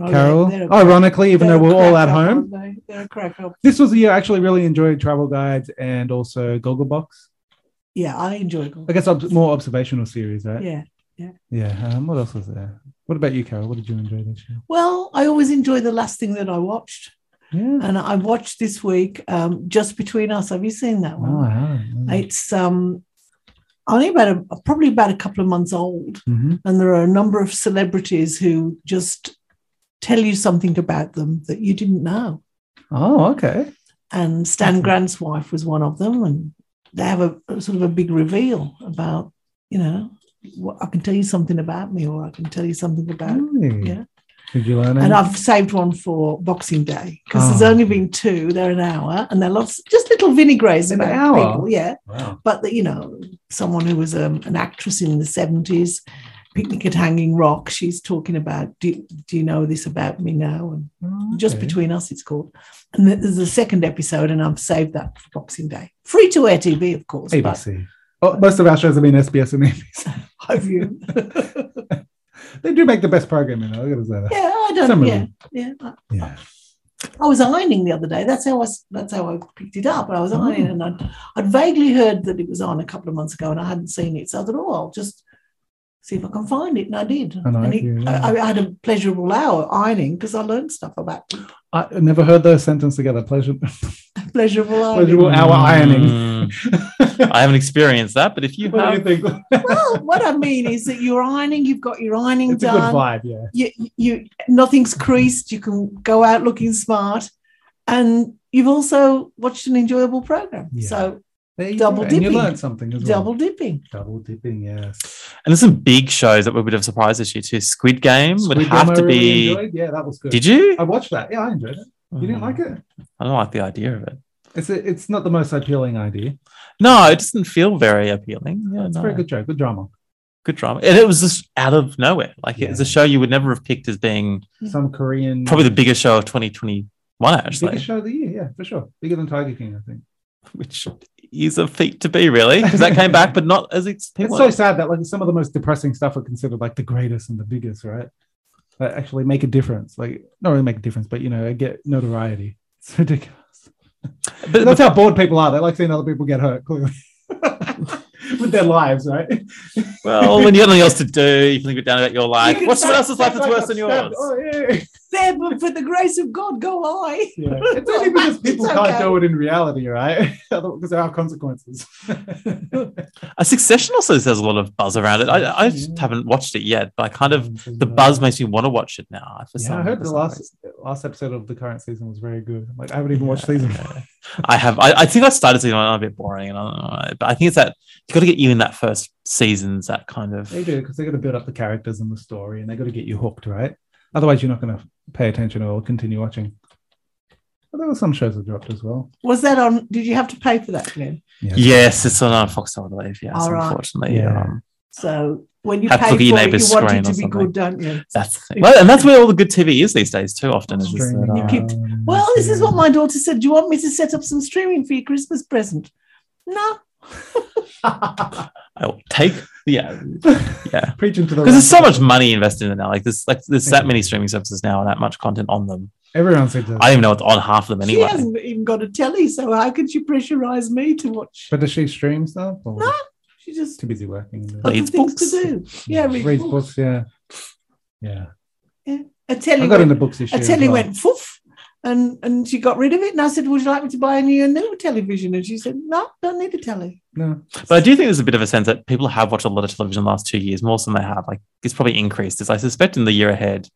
C: Oh, yeah,
B: Carol,
C: they're a-
B: ironically, even
C: they're
B: though
C: a
B: we're all at
C: crack up,
B: home,
C: aren't they? They're a crack up.
B: this was the year I actually really enjoyed travel guides and also Gogglebox.
C: Yeah, I enjoy it.
B: I guess ob- more observational series, right?
C: Yeah.
B: Yeah. Um, what else was there? What about you, Carol? What did you enjoy this year?
C: Well, I always enjoy the last thing that I watched,
B: Yeah.
C: and I watched this week um, just between us. Have you seen that
B: Oh,
C: one?
B: I haven't. no.
C: It's um, only about a, probably about a couple of months old,
B: Mhm.
C: and there are a number of celebrities who just tell you something about them that you didn't know.
B: Oh, okay.
C: and Stan
B: That's-
C: Grant's wife was one of them, and they have a, a sort of a big reveal about, you know, what, I can tell you something about me, or I can tell you something about.
B: Really?
C: Uh, yeah.
B: Did you learn
C: And
B: anything?
C: I've saved one for Boxing Day because
B: Oh.
C: there's only been two. They're an hour, and they're lots just little vinaigrettes
B: An
C: about
B: hour?
C: people, yeah.
B: Wow.
C: But that you know, someone who was um, an actress in the seventies, picnic at Hanging Rock, she's talking about, do, do you know this about me now? And just
B: Okay.
C: between us, it's called. And th- there's a second episode, and I've saved that for Boxing Day. Free to air TV, of course. but
B: ABC. Oh, most of our shows have been SBS and ABC.
C: I view.
B: they do make the best programming, though. I gotta say that.
C: Yeah, I don't.
B: Some of
C: yeah,
B: them.
C: yeah. I-
B: Yeah.
C: I was ironing the other day. That's how I. s- That's how I picked it up. I was
B: Oh.
C: ironing, and I'd, I'd vaguely heard that it was on a couple of months ago, and I hadn't seen it. So I thought, oh, I'll just see if I can find it, and I did.
B: I know,
C: and it,
B: yeah.
C: I, I had a pleasurable hour ironing because I learned stuff about
B: I never heard those sentences together. Pleasure.
C: pleasurable hour.
B: Pleasurable hour ironing.
D: Mm, I haven't experienced that, but if you
B: what
D: have,
B: do you think?
C: Well, what I mean is that you're ironing. You've got your ironing
B: It's a good
C: done.
B: vibe, yeah.
C: you, you nothing's creased you can go out looking smart and you've also watched an enjoyable program
B: Yeah.
C: so
B: There you
C: Double
B: go. And you
C: dipping.
B: learned something as
C: double
B: well.
C: dipping
B: Double dipping, yes.
D: and there's some big shows that were a bit of a surprise this year too. Squid Game would
B: Squid
D: have
B: Game I
D: to
B: really
D: be.
B: enjoyed. Yeah, that was good.
D: Did Mm. you?
B: I watched that. Yeah, I enjoyed it. You didn't like it?
D: I don't like the idea of it.
B: It's a, it's not the most appealing idea.
D: No, it doesn't feel very appealing. Yeah,
B: It's a
D: no.
B: very good show, good drama.
D: good drama. And it was just out of nowhere. Like it was
B: Yeah.
D: a show you would never have picked as being
C: Mm.
B: Some Korean
D: probably the biggest show of 2021, actually,
B: biggest show of Mm. the year, yeah, for sure. Bigger than Tiger King, I think.
D: which is a feat to be really because that came back, but not as it's
B: It's
D: people.
B: so sad that like some of the most depressing stuff are considered like the greatest and the biggest, right? That actually make a difference. Like not really make a difference, but you know, get notoriety. It's ridiculous.
D: but,
B: That's how bored people are. They like seeing other people get hurt, clearly. With their lives, right?
D: well, when you got nothing else to do, you can think down about your life.
C: can
D: What's someone
C: say-
D: else's life that's worse than yours?
B: Oh, yeah.
C: there but for the grace of god go i
B: Yeah. It's only because people
C: It's
B: can't
C: okay.
B: do it in reality, right? Because there are consequences.
D: A succession also has a lot of buzz around it. I, I just
B: Yeah.
D: haven't watched it yet, but I kind of the buzz makes me want to watch it now. For
B: Yeah,
D: some-
B: I heard
D: for
B: the
D: some
B: last
D: reason.
B: Uh, last episode of the current season was very good. Like I haven't even watched season.
D: I have. I, I think I started seeing one a bit boring, and I don't know. But I think it's that you got to get you in that first season's that kind of.
B: They do because they got to build up the characters and the story, and they got to get you hooked, right? Otherwise, you're not going to pay attention or continue watching. But there were some shows that dropped as well.
C: was that on did you have to pay for that Glenn?
D: Yes, it's on uh, Fox, I believe. Yes,
C: All right.
D: unfortunately.
B: Yeah.
D: Um,
C: so when you
D: Have to
C: pay
D: look
C: for
D: at your
C: it
D: neighbour's
C: you want
D: screen
C: it to
D: or
C: be
D: something.
C: good don't you
D: that's the thing. well, and that's where all the good TV is these days too. Often is just
B: Streaming,
D: that, uh,
C: keep-
B: um,
C: well this is what
B: yeah.
C: my daughter said do you want me to set up some streaming for your christmas present no
D: um, I will take. Yeah, yeah.
B: preaching to the
D: Because there's so
B: choir.
D: much money invested in it now. Like there's like there's that
B: Yeah.
D: many streaming services now and that much content on them.
B: Everyone said that.
D: I don't even know what's on half of them
C: she
D: anyway.
C: hasn't even got a telly so how could she pressurize me to watch
B: but does she stream stuff? Or
C: No. she just
B: Too busy working.
D: Like,
C: other
D: Reads
C: things
D: books.
C: to do. Yeah, read
B: reads
C: books.
B: books. Yeah, yeah.
C: A
B: I
C: telly,
B: got
C: went,
B: into books this
C: a
B: year. as
C: telly
B: well.
C: went foof, and and she got rid of it. And I said, "Would you like me to buy a new, a new television?" And she said, "No, don't need a telly."
B: No,
D: But I do think there's a bit of a sense that people have watched a lot of television the last two years, more so than they have. Like it's probably increased. As I suspect in the year ahead,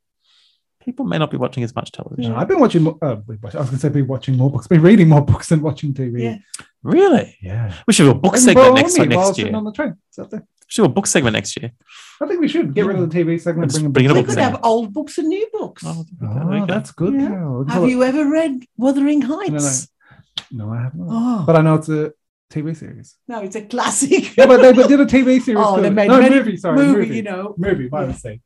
D: people may not be watching as much television.
B: no, I've been watching. mo- Uh, been watch- I was going to say, been watching more books. Been reading more books than watching TV.
C: Yeah.
D: Really?
B: yeah.
D: We should have a book
B: And
D: segment
B: borrow
D: next,
B: me while I was
D: next
B: sitting
D: year.
B: on the train. It's up there.
D: We should have a book segment next year.
B: I think we should get rid of the TV segment.
D: Let's
B: Bring
D: bring
B: it
D: it
B: up.
C: We
D: Little
C: could
D: thing.
C: have old books and new books.
D: Oh, there we
B: Oh,
D: go.
B: that's good.
C: Yeah.
B: Yeah. we can call
C: have
B: it-
C: you ever read Wuthering Heights?
B: No, I have not.
C: Oh
B: But I know it's a TV series.
C: no, it's a classic.
B: Yeah, but they did a TV series.
C: oh,
B: too.
C: they made
B: no
C: many-
B: movie. Sorry,
C: movie,
B: movie.
C: You know,
B: movie. My
C: Yeah.
B: mistake.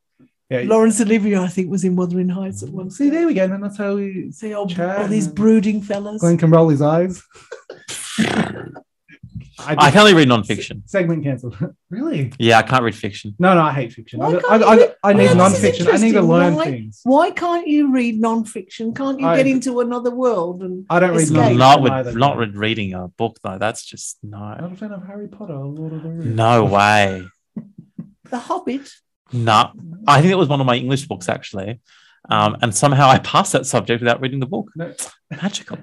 B: Yeah.
C: Laurence Olivier, I think, was in Wuthering Heights at one.
B: See, there we go. And then that's how we
C: See old,
B: Chad
C: all these
B: and-
C: brooding fellas.
B: Glenn can roll his eyes.
D: I
B: just-
D: can only read nonfiction.
B: segment cancelled. really?
D: Yeah, I can't read fiction.
B: No, no, I hate fiction.
C: Why
B: I,
C: can't
B: I,
C: you-
B: I, I need
D: Yeah, this is
B: nonfiction. I need to
C: interesting.
B: learn
C: Why-
B: things.
C: Why can't you read nonfiction? Can't you
B: I-
C: get into another world and
B: I don't read
C: Escape.
B: nonfiction.
D: Not
B: either. Oh,
D: with not with reading a book though. That's just
B: I'm
D: no.
B: not a fan of Harry Potter or Lord of the Rings.
D: No way.
C: The Hobbit?
D: No. I think it was one of my English books actually. Um, and somehow I passed that subject without reading the book.
B: No.
D: Magical.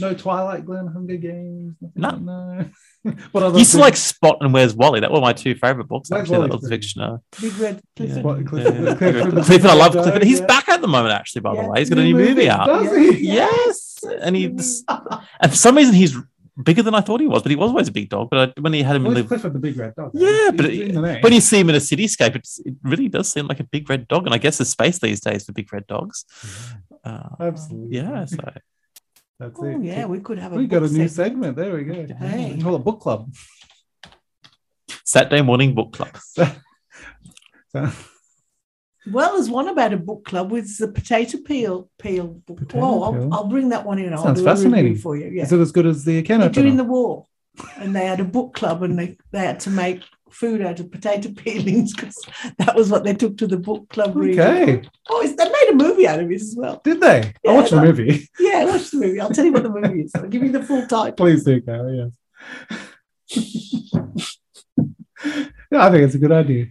B: No Twilight, Glen, Hunger Games. nothing
D: No.
B: like- no. what other
D: You used to
B: books?
D: like Spot and Where's Wally. That were my two favorite books,
B: Where's
D: actually.
B: Wally's
D: that was
B: good.
D: fiction. uh,
C: Big Red Cliff.
D: yeah,
B: Spot and
D: yeah,
B: Cliff-
D: yeah.
B: Cliff and the
D: Cliff and I love
B: Crocodile,
D: Cliff. And he's
B: yeah.
D: back at the moment, actually, by
C: Yeah.
D: the way. He's got a new movie out.
B: Does he?
D: Yes. And he's
C: Mm-hmm.
D: and for some reason he's bigger than I thought he was, but he was always a big dog. But I, when he had him
B: Well,
D: in
B: it's
D: live
B: Clifford the Big Red Dog.
D: Yeah,
B: right?
D: but
B: He's
D: it-
B: in the name.
D: when you see him in a cityscape, it's, it really does seem like a big red dog. And I guess there's space these days for big red dogs. Uh,
B: Absolutely.
D: yeah, so
B: That's
C: Oh,
B: it.
C: yeah, we could have a
B: we got a
C: book
B: new
C: set.
B: segment. There we go.
C: Hey.
B: We can call it book club.
D: Saturday morning book club.
B: So,
C: Well, there's one about a book club with the potato peel peel book.
B: Potato
C: oh, I'll,
B: peel?
C: I'll bring that one in. I'll
B: Sounds
C: do a review
B: fascinating.
C: for you. Yeah.
B: Is it as good as the can opener?
C: during the war, and they had a book club, and they, they had to make food out of potato peelings because that was what they took to the book club. reading.
B: okay,
C: Oh, it's, they made a movie out of it as well.
B: did they?
C: Yeah,
B: I watched the
C: that-
B: movie.
C: Yeah, watch the movie. I'll tell you what the movie is. I'll give you the full title.
B: Please do go. Yes. yeah, I think it's a good idea.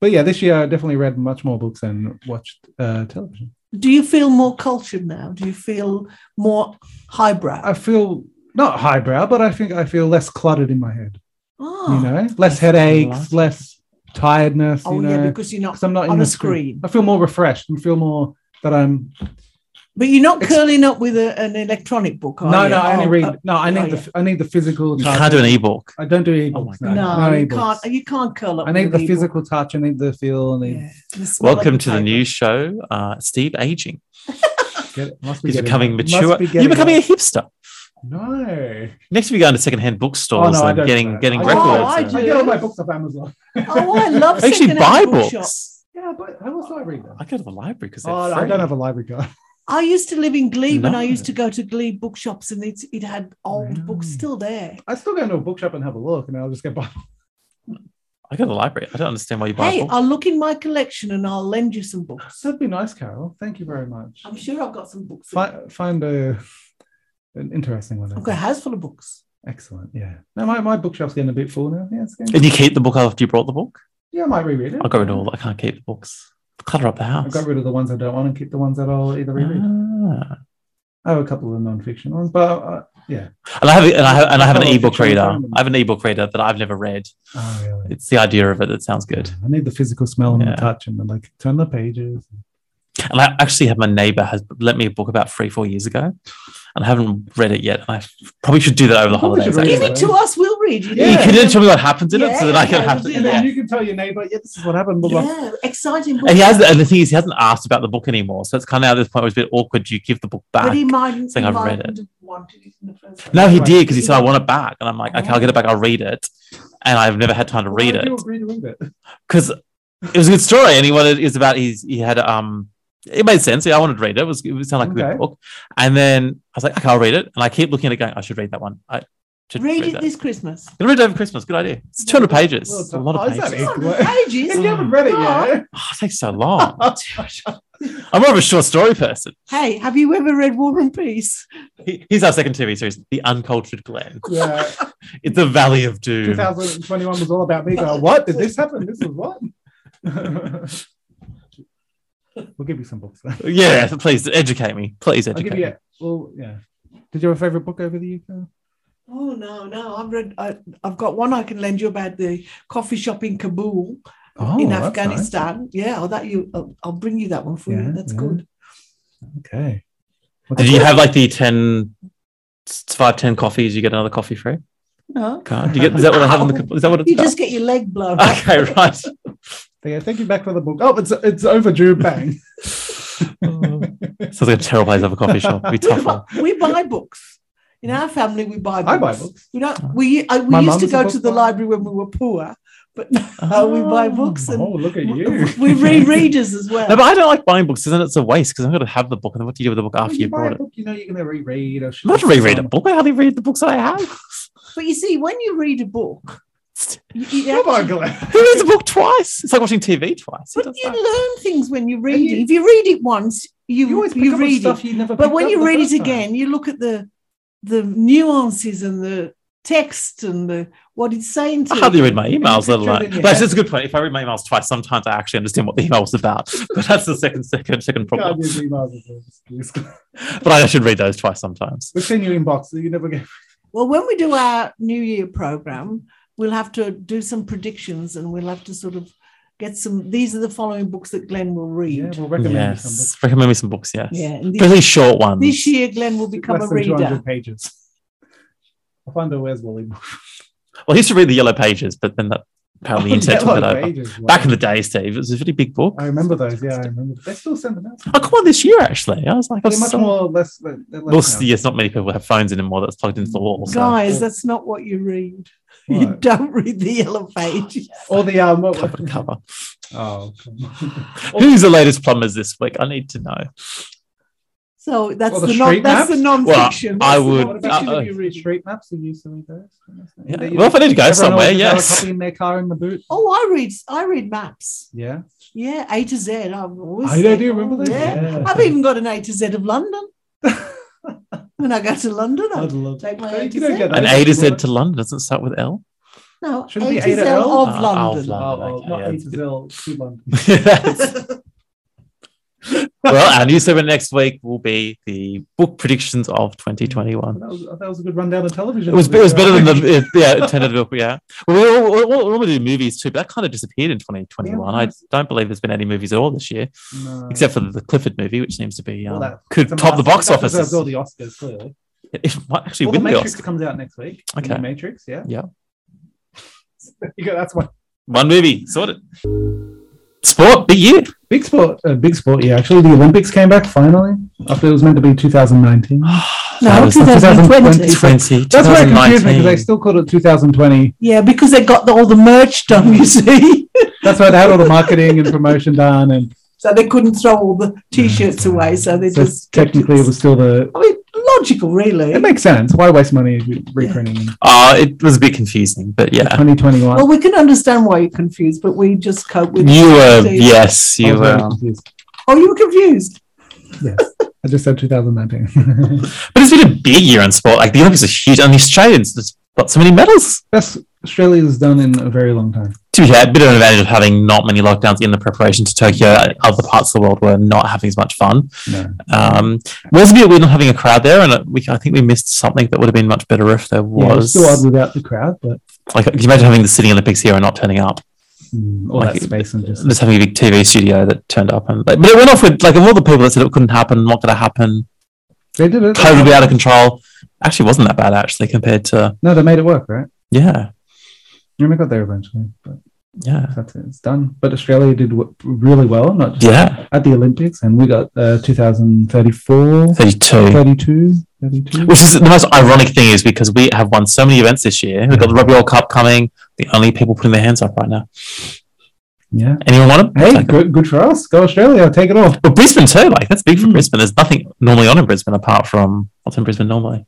B: But yeah, this year I definitely read much more books and watched uh, television.
C: Do you feel more cultured now? Do you feel more highbrow?
B: I feel not highbrow, but I think I feel less cluttered in my head.
C: oh,
B: you know, less
D: that's good
B: headaches,
D: life.
B: less tiredness.
C: oh
B: you
C: yeah,
B: know,
C: because you're not
B: 'cause I'm not
C: on
B: in
C: a
B: the screen.
C: screen.
B: I feel more refreshed and feel more that I'm.
C: But you're not
B: It's-
C: curling up with a, an electronic book, are
B: no,
C: you?
B: no, I only
C: Oh,
B: read.
C: uh,
B: no, I need
C: oh,
B: the. I need the physical.
D: You
B: touch.
D: can't do an ebook.
B: I don't do ebooks. no,
D: God.
C: no,
B: no
C: you
B: ebooks.
C: can't. You can't curl up.
B: I need
C: with
B: the
C: an ebook.
B: physical touch. I need the feel. I need.
C: Yeah, the smell of
D: Welcome to the
C: paper.
D: new show, uh, Steve Aging.
B: Get it. Must be
D: He's
B: getting-
D: becoming
B: must
D: mature.
B: be
D: You're
B: getting
D: becoming a
B: old.
D: hipster.
B: No.
D: Next, we go into secondhand bookstores
B: Oh, no, I
D: and
B: don't do
D: getting
B: that.
D: getting
B: I-
D: records.
C: Oh, I
D: and-
B: I get all my books off Amazon.
C: Oh, I love
D: I actually
C: secondhand
D: buy
C: bookshops.
D: books.
B: Yeah, but how else do I read
C: Oh,
B: them?
D: I go to the library because they're
B: Oh, no, I
D: free.
B: don't have a library card.
C: I used to live in Glebe, and I used
D: No.
C: to go to Glebe bookshops, and it, it had old books
B: Really?
C: still there.
B: I still go into a bookshop and have a look, and I'll just get by.
D: I go to the library. I don't understand why you buy
C: Hey,
D: books.
C: I'll look in my collection, and I'll lend you some books.
B: That'd be nice, Carol. Thank you very much.
C: I'm sure I've got some books. in there.
B: Find, find a an interesting one. I
C: I've got a
B: think.
C: house full of books.
B: Excellent. Yeah. No, my, my bookshop's getting a bit full now. Yeah, it's
C: oh.
B: getting,
D: And you keep the book after you brought the book?
B: yeah, I might reread it.
D: I got rid of all. I can't keep the books. Clutter up the
B: I
D: house.
B: got rid of the ones I don't want and keep the ones that I'll either reread.
D: Ah.
B: I have a couple of non-fiction ones, but uh, yeah.
D: And I have and I have, and I have an
B: Oh,
D: ebook
B: fiction
D: reader.
B: environment.
D: I have an ebook reader that I've never read.
B: Oh, really?
D: It's the idea of it that sounds good.
B: I need the physical smell and
D: Yeah.
B: the touch and the, like turn the pages.
D: And I actually have my neighbor has lent me a book about three four years ago, and I haven't read it yet. And I probably should do that over the
B: Probably should
D: holidays.
B: read
D: actually.
C: Give it to us. We'll read. You
B: Yeah.
D: You can
C: know.
D: then tell me what happened in it, so that I can
C: Yeah,
D: have.
C: we'll
D: To,
B: And
C: do
D: yeah.
B: you can tell your neighbor, yeah, this is what happened. blah, blah.
C: Yeah, exciting book.
D: And he has, and the thing is, he hasn't asked about the book anymore. So it's kind of at this point where it's a bit awkward. You give the book
C: but
D: back.
C: he mightn't.
D: saying
C: he
D: I've read
C: mightn't
D: it.
C: have wanted it in the first place.
D: No, he
B: Right.
D: did because he said I want it back, and I'm like, okay, I'll get it back. I'll read it, and I've never had time to
B: Why
D: read
B: would
D: it
B: you agree to read it.
D: because it was a good story. And he wanted it was about his he had um it made sense. Yeah, I wanted to read it. It was it sounded like a
B: Okay.
D: good book. And then I was like, okay, I'll read it. And I keep looking at it going, I should read that one. I should
C: Read it
D: that.
C: this Christmas.
D: Gonna read it over Christmas. Good idea. It's 200 pages.
B: Well
D: It's a lot of
B: done. Oh, is that
D: pages.
B: it?
C: It's not
B: If
C: pages.
B: you haven't read it yet,
D: Oh, it takes so long. I'm more of a short story person.
C: Hey, have you ever read War and Peace?
D: He- Here's our second TV series, The Uncultured Glen.
B: yeah,
D: It's the Valley of Doom.
B: 2021 was all about me going, what? Did this happen? This was what? we'll give you some books. then.
D: Yeah, please educate me. Please
B: I'll
D: educate
B: give
D: me.
B: you, a- well, yeah. Did you have a favorite book over the year? Carol?
C: Oh no, no, I've read. I, I've got one I can lend you about the coffee shop in Kabul
B: Oh,
C: in
B: that's
C: Afghanistan. Yeah, I'll that you. I'll, I'll bring you that one for
B: Yeah,
C: you. That's
B: yeah.
C: good.
B: nice. Okay.
D: Did you have like the 10, s- five, 10 coffees? You get another coffee free?
C: No,
D: Can't. Do you get, is that what I have on the, is that what it's
C: Oh, you
D: about?
C: just get your leg blown. off.
D: Okay, right.
B: Yeah, thank you back for the book. Oh, it's it's overdue. Bang.
D: Sounds like a terrible place to have a coffee shop. It'd be tough. one.
C: we buy books. In our family, we buy books.
B: I buy books.
C: We don't. We I, we
B: My
C: used to
B: mum's a
C: go
B: book
C: to the
B: buyer.
C: library when we were poor, but now uh, Oh, we buy books and
B: Oh, look at you.
C: we read readers as well.
D: No, but I don't like buying books, isn't it? It's a waste because I'm going to have the book, and then what do you do with the book after
B: When
D: you
B: you buy
D: bought
B: a
D: it?
B: book, you know you're going to reread. Or
D: I'm not to reread a book. I hardly read the books that I have.
C: But you see, when you read a book, you, you
B: Come
C: actually-
B: on, Glenn.
D: Who reads a book twice? It's like watching TV twice. Who
C: but
D: does
C: you
D: that?
C: learn things when you read
B: you-
C: it. If you read it once,
B: You
C: you you,
B: always pick up on
C: read it.
B: stuff you never
C: But
B: picked
C: when
B: up
C: you
B: the
C: read it
B: first time.
C: again, you look at the the nuances and the text and the what it's saying to
D: I hardly
C: you.
D: read my emails,
B: picture
D: let
B: it
D: alone.
B: in your
D: But actually,
B: head.
D: that's a good point. If I read my emails twice, sometimes I actually understand what the email was about. But that's the second, second, second problem.
B: God, your emails are so excuse.
D: But I should read those twice sometimes.
B: We've seen your inbox. You never get.
C: Well, when we do our New Year program, we'll have to do some predictions and we'll have to sort of get some. These are the following books that Glenn will
B: Yeah,
C: read.
B: we'll recommend you some books.
D: Yes, recommend me some books. Yes,
C: Yeah. and thi-
D: pretty short ones.
C: this year, Glenn will become a
B: Less than
C: reader.
B: 200 pages. I find out where's Wally.
D: Well, he used to read the Yellow Pages, but then that Apparently, the internet took
B: Yellow
D: it over.
B: Pages, wow.
D: Back in the day, Steve, it was a really big book.
B: I remember those. Yeah, I remember. They still send them out.
D: I got one this year, actually. I was like, I
B: They're much more or less. They're less
D: well,
B: now.
D: yes, not many people have phones anymore that's plugged into the wall. So.
C: Guys, that's not what you read. You
B: Right.
C: don't read the yellow pages.
B: Or the um. What,
D: cover to cover.
B: oh, come on.
D: Who's the latest plumbers this week? I need to know.
C: So that's
B: Or the
C: the, non
B: street
C: that's the
B: maps?
C: non-fiction.
D: Well, I
C: That's the
D: would-
B: What
C: non-fiction
B: about you?
D: Uh,
B: Did you read street maps? Are you silly those?
D: Yeah. Well, if I need to go somewhere, yes.
B: A copy in their car in the boot.
C: Oh, I read I read maps.
B: yeah.
C: Yeah, A to Z. I've always.
B: I don't
C: said,
B: do you remember
C: oh,
B: those.
C: Yeah. I've even got an A to Z of London. when I go to London, I
B: I'd love
C: take my
B: You
C: A to
B: don't
C: Z.
B: get that.
D: An
B: That's
D: A to Z
B: what-
D: to London doesn't it start with L.
C: no A
B: Shouldn't
C: to
B: it
C: Z
B: be A
C: of
B: to L?
D: Ah,
C: London.
D: of London.
B: Oh, oh,
D: Okay,
B: not
D: yeah.
B: A to Zil, to London.
D: That's- well, our new segment next week will be the book predictions of 2021.
B: That was, that was a good rundown of television.
D: It was, it was better than the it, yeah, tended book, yeah. Well, we all- we all- we normally do movies too, but that kind of disappeared in 2021. I don't believe there's been any movies at all this year,
B: No.
D: except for the Clifford movie, which seems to be um,
B: Well, that-
D: could
B: Some
D: top the
B: massive-
D: box
B: that
D: office.
B: deserves all the Oscars, clearly.
D: It might actually
B: Well, the
D: win the
B: Matrix
D: Oscar.
B: comes out next week. The new
D: Okay.
B: Matrix, yeah.
D: Yeah.
B: You go, that's one.
D: One movie, sorted. Sport, big year.
B: Big sport, uh, big sport. Yeah, actually, the Olympics came back finally after it was meant to be 2019.
D: That
C: No,
D: was
C: 2020.
D: 20,
B: That's why it confused me because
D: 2019.
B: they still called it 2020.
C: Yeah, because they got the, all the merch done, you see.
B: That's why they had all the marketing and promotion done, and
C: so they couldn't throw all the t shirts away. So they
B: so
C: just.
B: technically it was still the.
C: I mean, logical, really.
B: It makes sense. Why waste money reprinting in
D: Uh, it was a bit confusing, but yeah.
B: 2021?
C: well, we can understand why you're confused, but we just cope with
D: You uh, were,
C: it.
D: yes,
B: I
D: you uh,
B: was very
D: were.
B: confused.
C: Oh, you were confused.
B: Yes, I just said 2019.
D: But it's been a big year in sport. Like, the Olympics are huge, and the Australians just got so many medals.
B: That's Australia's done in a very long time.
D: To be fair, a bit of an advantage of having not many lockdowns in the preparation to Tokyo. Other parts of the world were not having as much fun.
B: No.
D: Um, was a bit weird not having a crowd there, and uh, we, I think we missed something that would have been much better if there
B: Yeah, it's
D: was.
B: still odd without the crowd, but
D: like, can you imagine having the Sydney Olympics here and not turning up?
B: mm, all
D: Like
B: that
D: it-
B: space and just
D: just having a big TV studio that turned up and like, but it went off with like of all the people that said it couldn't happen, not going to happen,
B: they did it.
D: COVID would be out of control. Actually, it wasn't that bad actually compared to
B: No, they made it work, right?
D: yeah,
B: And we got there eventually, but
D: yeah,
B: that's it. It's done. But Australia did w- really well, not just
D: yeah.
B: at the Olympics, and we got uh, 2034,
D: Thirty-two,
B: 32, 32.
D: which is the most ironic thing is because we have won so many events this year. We've got the Rugby World Cup coming. The only people putting their hands up right now.
B: Yeah.
D: Anyone want them?
B: Hey,
D: Take 'em.
B: good, good for us. Go Australia. Take it all.
D: But Brisbane too, like that's big for
B: Mm.
D: Brisbane. There's nothing normally on in Brisbane apart from what's in Brisbane normally.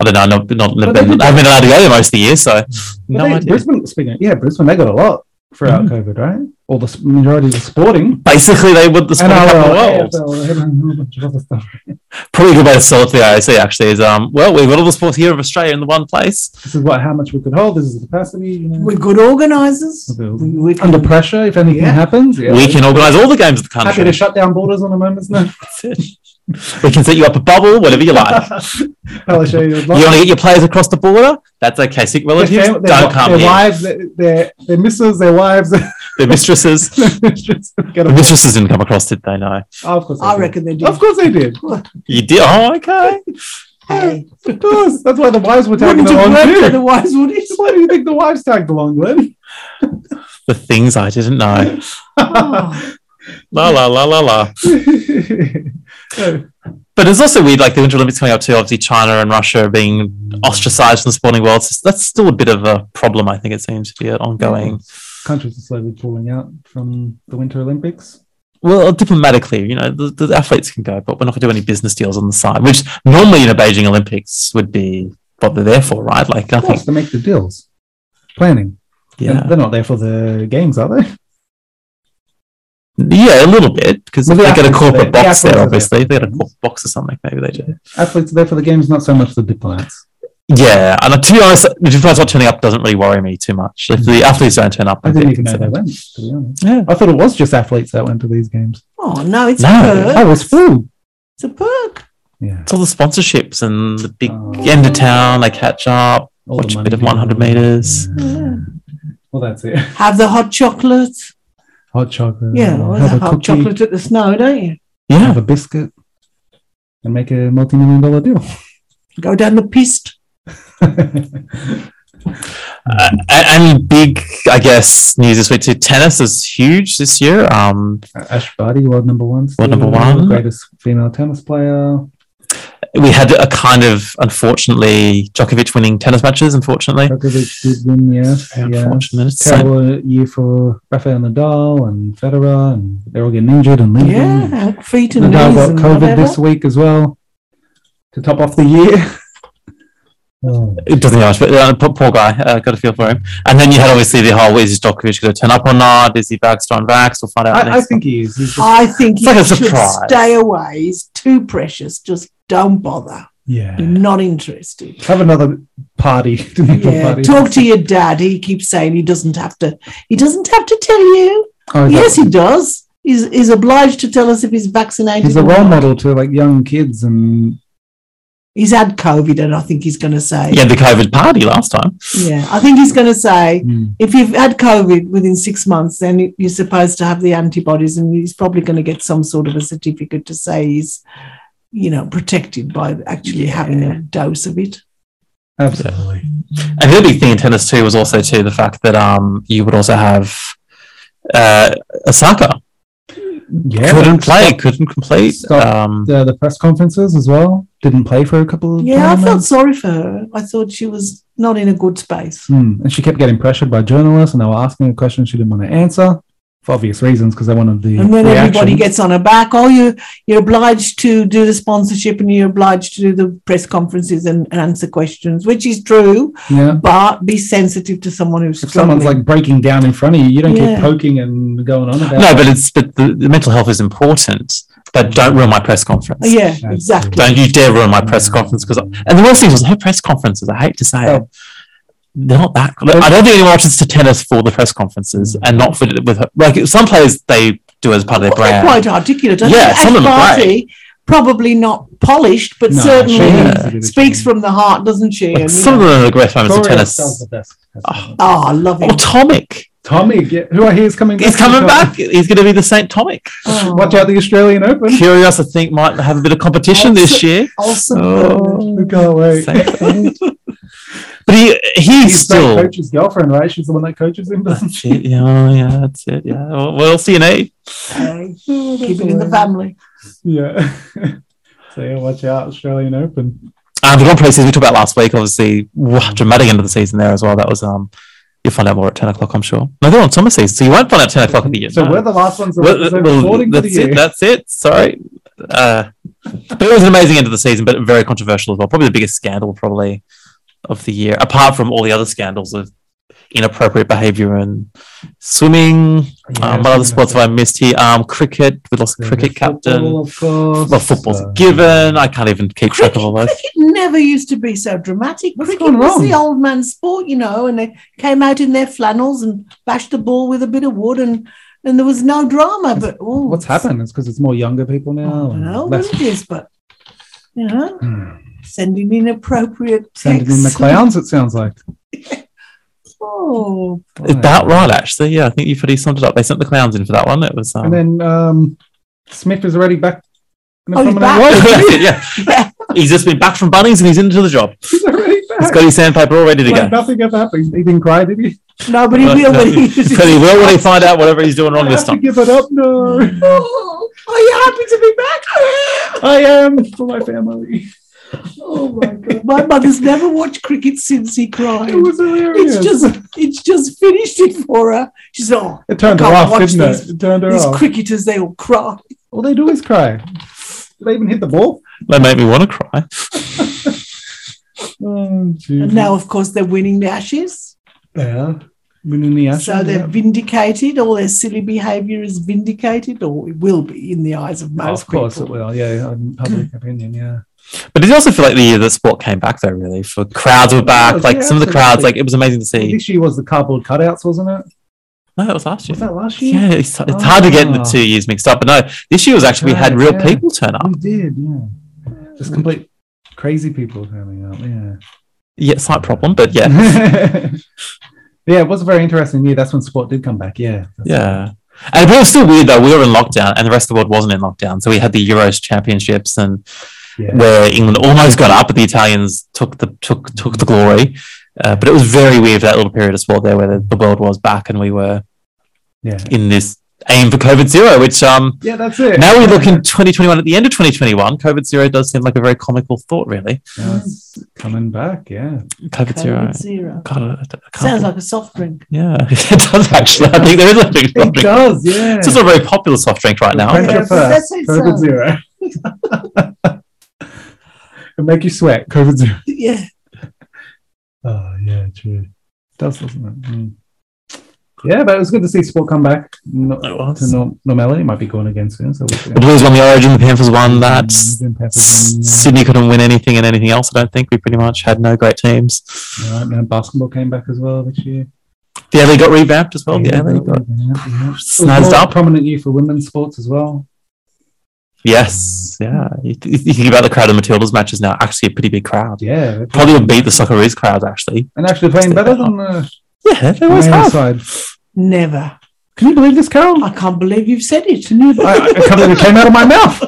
D: I don't know. I've not, not,
B: But
D: not
B: they
D: been,
B: did-
D: I've been allowed to go there most of the year, so
B: But
D: no
B: they-
D: idea.
B: Brisbane, speaking of- yeah, Brisbane, they got a lot throughout
D: Mm.
B: COVID, right? All the s- majority of the sporting.
D: Basically, they were the sport
B: NRL,
D: cup of the world.
B: AFL, and a whole bunch of other stuff.
D: probably a good way to sell it to the IOC actually is um well we've got all the sports here of Australia in the one place.
B: This is what how much we could hold. This is the capacity. You know.
C: We're good organisers.
B: Okay.
C: We, we can-
B: Under pressure, if anything
C: Yeah.
B: happens, yeah.
D: We can organise all the games of the
B: happy to
D: country.
B: shut down borders on a moment's notice.
D: we can set you up a bubble, whatever you like.
B: Palaszczuk,
D: you want to get your players across the border? That's okay. Sick
B: their,
D: relatives
B: fam- their,
D: don't come
B: their
D: here.
B: wives, their, their, their missus, their wives.
D: The mistresses.
B: Just get
D: The
B: them-
D: mistresses didn't come across, did they? No.
B: Oh, of course, they
C: I
B: did.
C: reckon they do.
B: Of course they did.
D: You did. Oh, okay.
C: Hey,
B: Of course, that's why the wives were tagged
C: wouldn't have
B: along
C: worked
B: too.
C: otherwise, would it?
B: Why do you think the wives tagged along, Glenn?
D: The things I didn't know.
C: Oh.
D: La la la la la.
B: Oh,
D: But it's also weird, like the Winter Olympics coming up too. Obviously, China and Russia are being ostracised from the sporting world. So that's still a bit of a problem. I think it seems to be an ongoing.
B: Countries are slowly pulling out from the Winter Olympics.
D: Well, diplomatically, you know, the, the athletes can go, but we're not going to do any business deals on the side, which normally in a Beijing Olympics would be what they're there for, right? Like, I
B: Of course,
D: think,
B: to make the deals. Planning.
D: yeah,
B: They're not there for the games, are they?
D: yeah, a little bit because
B: Well, the
D: they get a
B: athletes,
D: corporate
B: they- the
D: box there,
B: athletes are
D: obviously. They get a corporate box or something, maybe they do.
B: Athletes are there for the games, not so much the diplomats.
D: Yeah, and uh, to be honest, the diplomats not turning up doesn't really worry me too much. If the athletes don't turn up,
B: I
D: I'm
B: didn't
D: a
B: even
D: bit
B: know they
D: concerned.
B: went, to be honest.
D: Yeah.
B: I thought it was just athletes that went to these games.
C: Oh, no, it's
D: No.
C: a
B: I
C: perk.
B: was fooled.
C: It's a perk.
B: Yeah.
D: It's all the sponsorships and the big
B: Oh.
D: end of town, they catch up,
B: All
D: watch
B: the
D: a bit of
B: money.
D: 100 meters.
C: Yeah.
B: Well, that's it.
C: Have the hot chocolate.
B: Hot chocolate.
C: Yeah, well,
B: Uh, have
C: the
B: a
C: hot
B: cookie,
C: chocolate at the snow, don't you?
D: Yeah,
B: Have a biscuit and make a multi million dollar deal.
C: Go down the piste.
D: Uh, and, and big, I guess, news this week too. Tennis is huge this year. Um,
B: Uh, Ash Barty, world number one.
D: World number
B: still,
D: one.
B: Greatest female tennis player.
D: we had a kind of, unfortunately, Djokovic winning tennis matches. Unfortunately,
B: Djokovic did win, yes. yes.
D: unfortunate. So,
B: Terrible year for Rafael Nadal and Federer, and they're all getting injured and leaving.
C: Yeah, feet and
B: Nadal
C: knees
B: got
C: and
B: COVID
C: whatever.
B: this week as well to top off the year. oh,
D: it doesn't matter. But uh, poor, poor guy, uh, got a feel for him. And then you had obviously the whole: is Djokovic going to turn up or not? Is he vaxxed or unvaxxed? We'll find out.
B: I, I
D: next
B: think he is. He's just,
C: I think
D: It's
C: you
D: like a
C: should
D: surprise.
C: stay away. It's too precious. Just don't bother.
B: yeah.
C: You're not interested.
B: Have another party.
C: Yeah, talk to your dad. He keeps saying he doesn't have to. He doesn't have to tell you.
B: Oh,
C: Yes, he does. He's, he's obliged to tell us if he's vaccinated.
B: He's a
C: or
B: role
C: not.
B: model to like young kids and
C: He's had COVID, and I think he's going to say,
D: week. He had the COVID party last time.
C: yeah. I think he's going to say,
B: mm,
C: if you've had COVID within six months, then you're supposed to have the antibodies, and he's probably going to get some sort of a certificate to say he's, you know, protected by actually having a dose of it.
B: absolutely.
D: And the other big thing in tennis too was also too the fact that um you would also have uh Osaka
B: Yeah.
D: couldn't play, couldn't complete.
B: Stop.
D: Um,
B: The, the press conferences as well. Didn't play for a couple of
C: Yeah, I felt
B: tournaments.
C: sorry for her. I thought she was not in a good space.
B: Mm, And she kept getting pressured by journalists, and they were asking her questions she didn't want to answer for obvious reasons because they wanted the.
C: And then everybody
B: reaction.
C: gets on her back. Oh, you you're obliged to do the sponsorship and you're obliged to do the press conferences and, and answer questions, which is true.
B: Yeah.
C: But be sensitive to someone who's
B: If someone's
C: struggling.
B: like breaking down in front of you, you don't
C: Yeah.
B: keep poking and going on about
D: no,
B: it.
D: but it's but the, the mental health is important. But don't ruin my press conference.
C: yeah, exactly.
D: Don't you dare ruin my press conference because and the worst thing was her press conferences. I hate to say it,
B: Oh.
D: they're not that. I don't think anyone watches to tennis for the press conferences and not for with her. Like some players they do as part of their
C: Well, they're
D: brand.
C: quite articulate. I
D: Yeah,
C: think
D: some
C: Ash
D: of them are
C: Barty, probably not polished, but
B: No, she
C: certainly
B: has to do this.
C: speaks from the heart, doesn't she?
D: Like,
C: And, you
D: some
C: know-
D: of them are the greatest moments of
B: Gloria does
D: tennis.
B: the best.
D: Oh.
C: oh, I love
D: Or
C: it.
D: Tomic.
B: Tommy, yeah, who I hear is coming.
D: He's coming back. He's going to be the Saint Tomic.
C: Oh.
B: Watch out the Australian Open.
D: Curious, I think, might have a bit of competition this year.
C: Awesome.
B: We
D: Oh,
B: can't wait.
D: Saint Tomic. But he, he's,
B: He's
D: still.
B: the coach's girlfriend, right? She's the one that coaches him.
D: Oh,
B: doesn't she?
D: shit, yeah, yeah, that's it. Yeah. Well, well CNA.
C: Okay. Keep it in the family.
B: Yeah. so yeah, watch out Australian Open.
D: Uh, the Grand Prix season we talked about last week, obviously, wow, dramatic end of the season there as well. That was, um, you'll find out more at 10 o'clock, I'm sure. No, they're on summer season, so you won't find out 10 o'clock in the year.
B: So
D: no.
B: we're the last ones that
D: Well, uh,
B: represent
D: well,
B: according to the
D: that's it.
B: year.
D: That's it. Sorry. Uh, but it was an amazing end of the season, but very controversial as well. Probably the biggest scandal, probably of the year, apart from all the other scandals of inappropriate behaviour in swimming.
B: Yeah,
D: um, what other sports have I missed here? Um, cricket. We lost the
B: Yeah,
D: cricket
B: football,
D: captain.
B: of course.
D: Well, football's
B: Uh,
D: a given. I can't even keep track of all those.
C: Cricket never used to be so dramatic.
B: What's
C: cricket
B: gone
C: was
B: wrong?
C: the old man sport, you know, and they came out in their flannels and bashed the ball with a bit of wood, and and there was no drama. But ooh,
B: oh, What's happened? Oh, It's because it's more younger people
C: I
D: Oh,
B: now.
C: don't
B: and
C: know
B: less-
C: what it is, but you know,
B: Hmm.
C: sending inappropriate
B: Sending in
C: texts.
B: the clowns, it sounds like.
C: Oh,
D: About
B: Um,
D: right, actually. Yeah, I think you pretty summed it up. They sent the clowns in for that one. It was. Um,
B: And then um, Smith is already back. in a
C: Oh, he's
B: prominent
C: back.
B: role.
D: yeah. He's just been back from Bunnings and he's into the job.
B: He's already
D: He's
B: back.
D: got his sandpaper all ready to
B: Like
D: go.
B: nothing ever happened. He didn't cry, did he?
C: nobody
D: Uh,
C: will
D: no.
C: when he uses
D: But he will when he find out whatever he's doing wrong
B: I
D: this
B: have to
D: time.
B: give it up. No,
C: Oh, are you happy to be back?
B: I am for my family.
C: Oh my god, my mother's never watched cricket since he cried.
B: It was hilarious.
C: It's just it's just finished it for her. She said, "Oh,
B: it turned her
C: can't
B: off,
C: watch
B: didn't
C: these-
B: it? It turned her
C: these
B: off.
C: cricketers they all cry."
B: all they do is cry. Did they even hit the ball?
D: They make me want to cry.
B: Oh,
C: And now, of course, they're winning the Ashes,
B: yeah, winning the Ashes.
C: so they're
B: yeah.
C: vindicated. All their silly behaviour is vindicated, or it will be in the eyes of
B: Oh,
C: most
B: of course
C: people.
B: it will. Yeah, in public opinion. Yeah,
D: But it also feel like the year that sport came back though, really. For crowds were back,
B: Yeah,
D: like some of the crowds,
B: absolutely.
D: like it was amazing to see.
B: this year was the cardboard cutouts, wasn't it?
D: No, that was last
B: Was
D: year.
B: that last year?
D: Yeah, it's, it's hard to get the
B: Oh.
D: two years mixed up. But no, this year was actually we had
B: Right,
D: real
B: yeah.
D: people turn up.
B: We did, yeah. Just complete crazy people coming up, yeah.
D: Yeah, slight problem, but yeah.
B: yeah, it was a very interesting year. That's when sport did come back, yeah. That's-
D: Yeah. And it was still weird though. We were in lockdown and the rest of the world wasn't in lockdown. So we had the Euros championships and
B: yeah.
D: where England almost got up, but the Italians took the took took the glory. Uh, but it was very weird that little period as well there where the, the world was back and we were
B: Yeah.
D: in this aim for COVID zero, which um
B: Yeah, that's it.
D: now we look in 2021 at the end of 2021. COVID zero does seem like a very comical thought, really.
B: Now it's coming back. Yeah.
D: COVID, zero.
C: Covid zero.
D: God, I- I can't
C: Sounds
D: believe-
C: like a soft drink.
D: yeah, it does actually. I think there is a big
B: It
D: soft drink.
B: does. Yeah.
D: This is a very popular soft drink right now.
B: French
D: but-
B: are
C: Yes,
B: first,
C: that's it,
B: COVID
C: so.
B: zero. It'll make you sweat. COVID zero.
C: Yeah.
B: Oh yeah, true. Does doesn't it? Mm. Yeah, but it was good to see sport come back not,
D: It was.
B: to norm- normality. It might be going again soon. So we'll see.
D: The Blues won the Origin, the Panthers won that. S-
B: Been peppered in, yeah.
D: Sydney couldn't win anything and anything else. I don't think we pretty much had no great teams.
B: All right, man. Basketball came back as well this year.
D: The A got revamped as well. Yeah,
B: yeah,
D: they got
B: yeah. It was
D: snazzed
B: more
D: up.
B: Prominent you for women's sports as well.
D: Yes, yeah. You, th- you think about the crowd of Matildas matches now. Actually, a pretty big crowd.
B: Yeah, they're
D: Probably would beat the Socceroos crowd actually.
B: and actually playing better than the
D: Yeah, they always
B: men's
D: have.
B: side.
C: Never.
B: Can you believe this, Carol?
C: I can't believe you've said it.
B: I, I can't believe it came out of my mouth.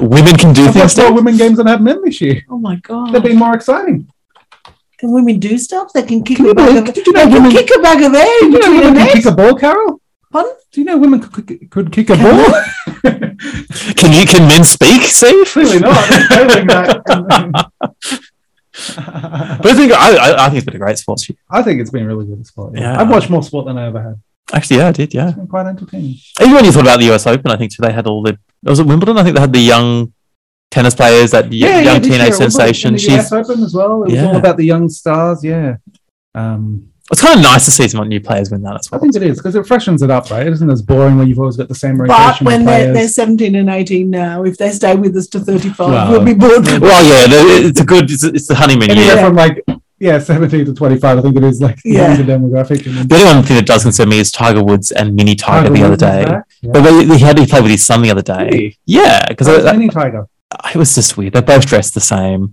D: Women can do
B: I've
D: things.
B: watched
D: now.
B: more women games than I have men this year.
C: Oh my
B: They've
C: god.
B: been more exciting.
C: Can women do stuff? They can kick
B: Can you
C: a bag
B: believe-
C: of
B: did you know
C: they
B: women-
C: can kick a bag of air in
B: Do you know
C: between the
B: women can
C: net.
B: kick a ball, Carol?
C: Pardon?
B: Do you know women could, could, could kick a
C: Can
B: ball?
D: Can you? Can men speak? See,
B: Clearly not. It's totally not.
D: But I think I, I, I think it's been a great sports year.
B: I think it's been really good sport. Yeah.
D: Yeah.
B: I've watched more sport than I ever had.
D: Actually, yeah, I did. Yeah,
B: It's been quite entertaining.
D: even when you thought about the U.S. Open, I think they had all the. It was at Wimbledon. I think they had the young tennis players, that y- young
B: this year
D: teenage
B: it was
D: sensation.
B: in the
D: She's.
B: US Open as well. It was
D: Yeah.
B: all about the young stars. Yeah. Um,
D: It's kind of nice to see some new players win that as
B: I
D: well.
B: think it is because it freshens it up, right? It isn't as boring when you've always got the same
C: But
B: rotation.
C: when
B: of
C: they're,
B: players.
C: they're 17 and 18 now, if they stay with us to 35,
B: Well,
C: we'll be bored.
D: Well, yeah, the- it's a good. It's, it's the honeymoon
B: anywhere
D: year.
B: from like yeah, seventeen to twenty-five. I think it is like the
C: Yeah.
B: younger demographic. And then
D: The only one thing that does concern me is Tiger Woods and Mini Tiger, the other
B: Woods is
D: day.
B: back. Yeah.
D: But they, he had to play with his son the other day.
B: Really?
D: Yeah, because
B: How's
D: it
B: Mini Tiger.
D: was just weird. They both dressed the same.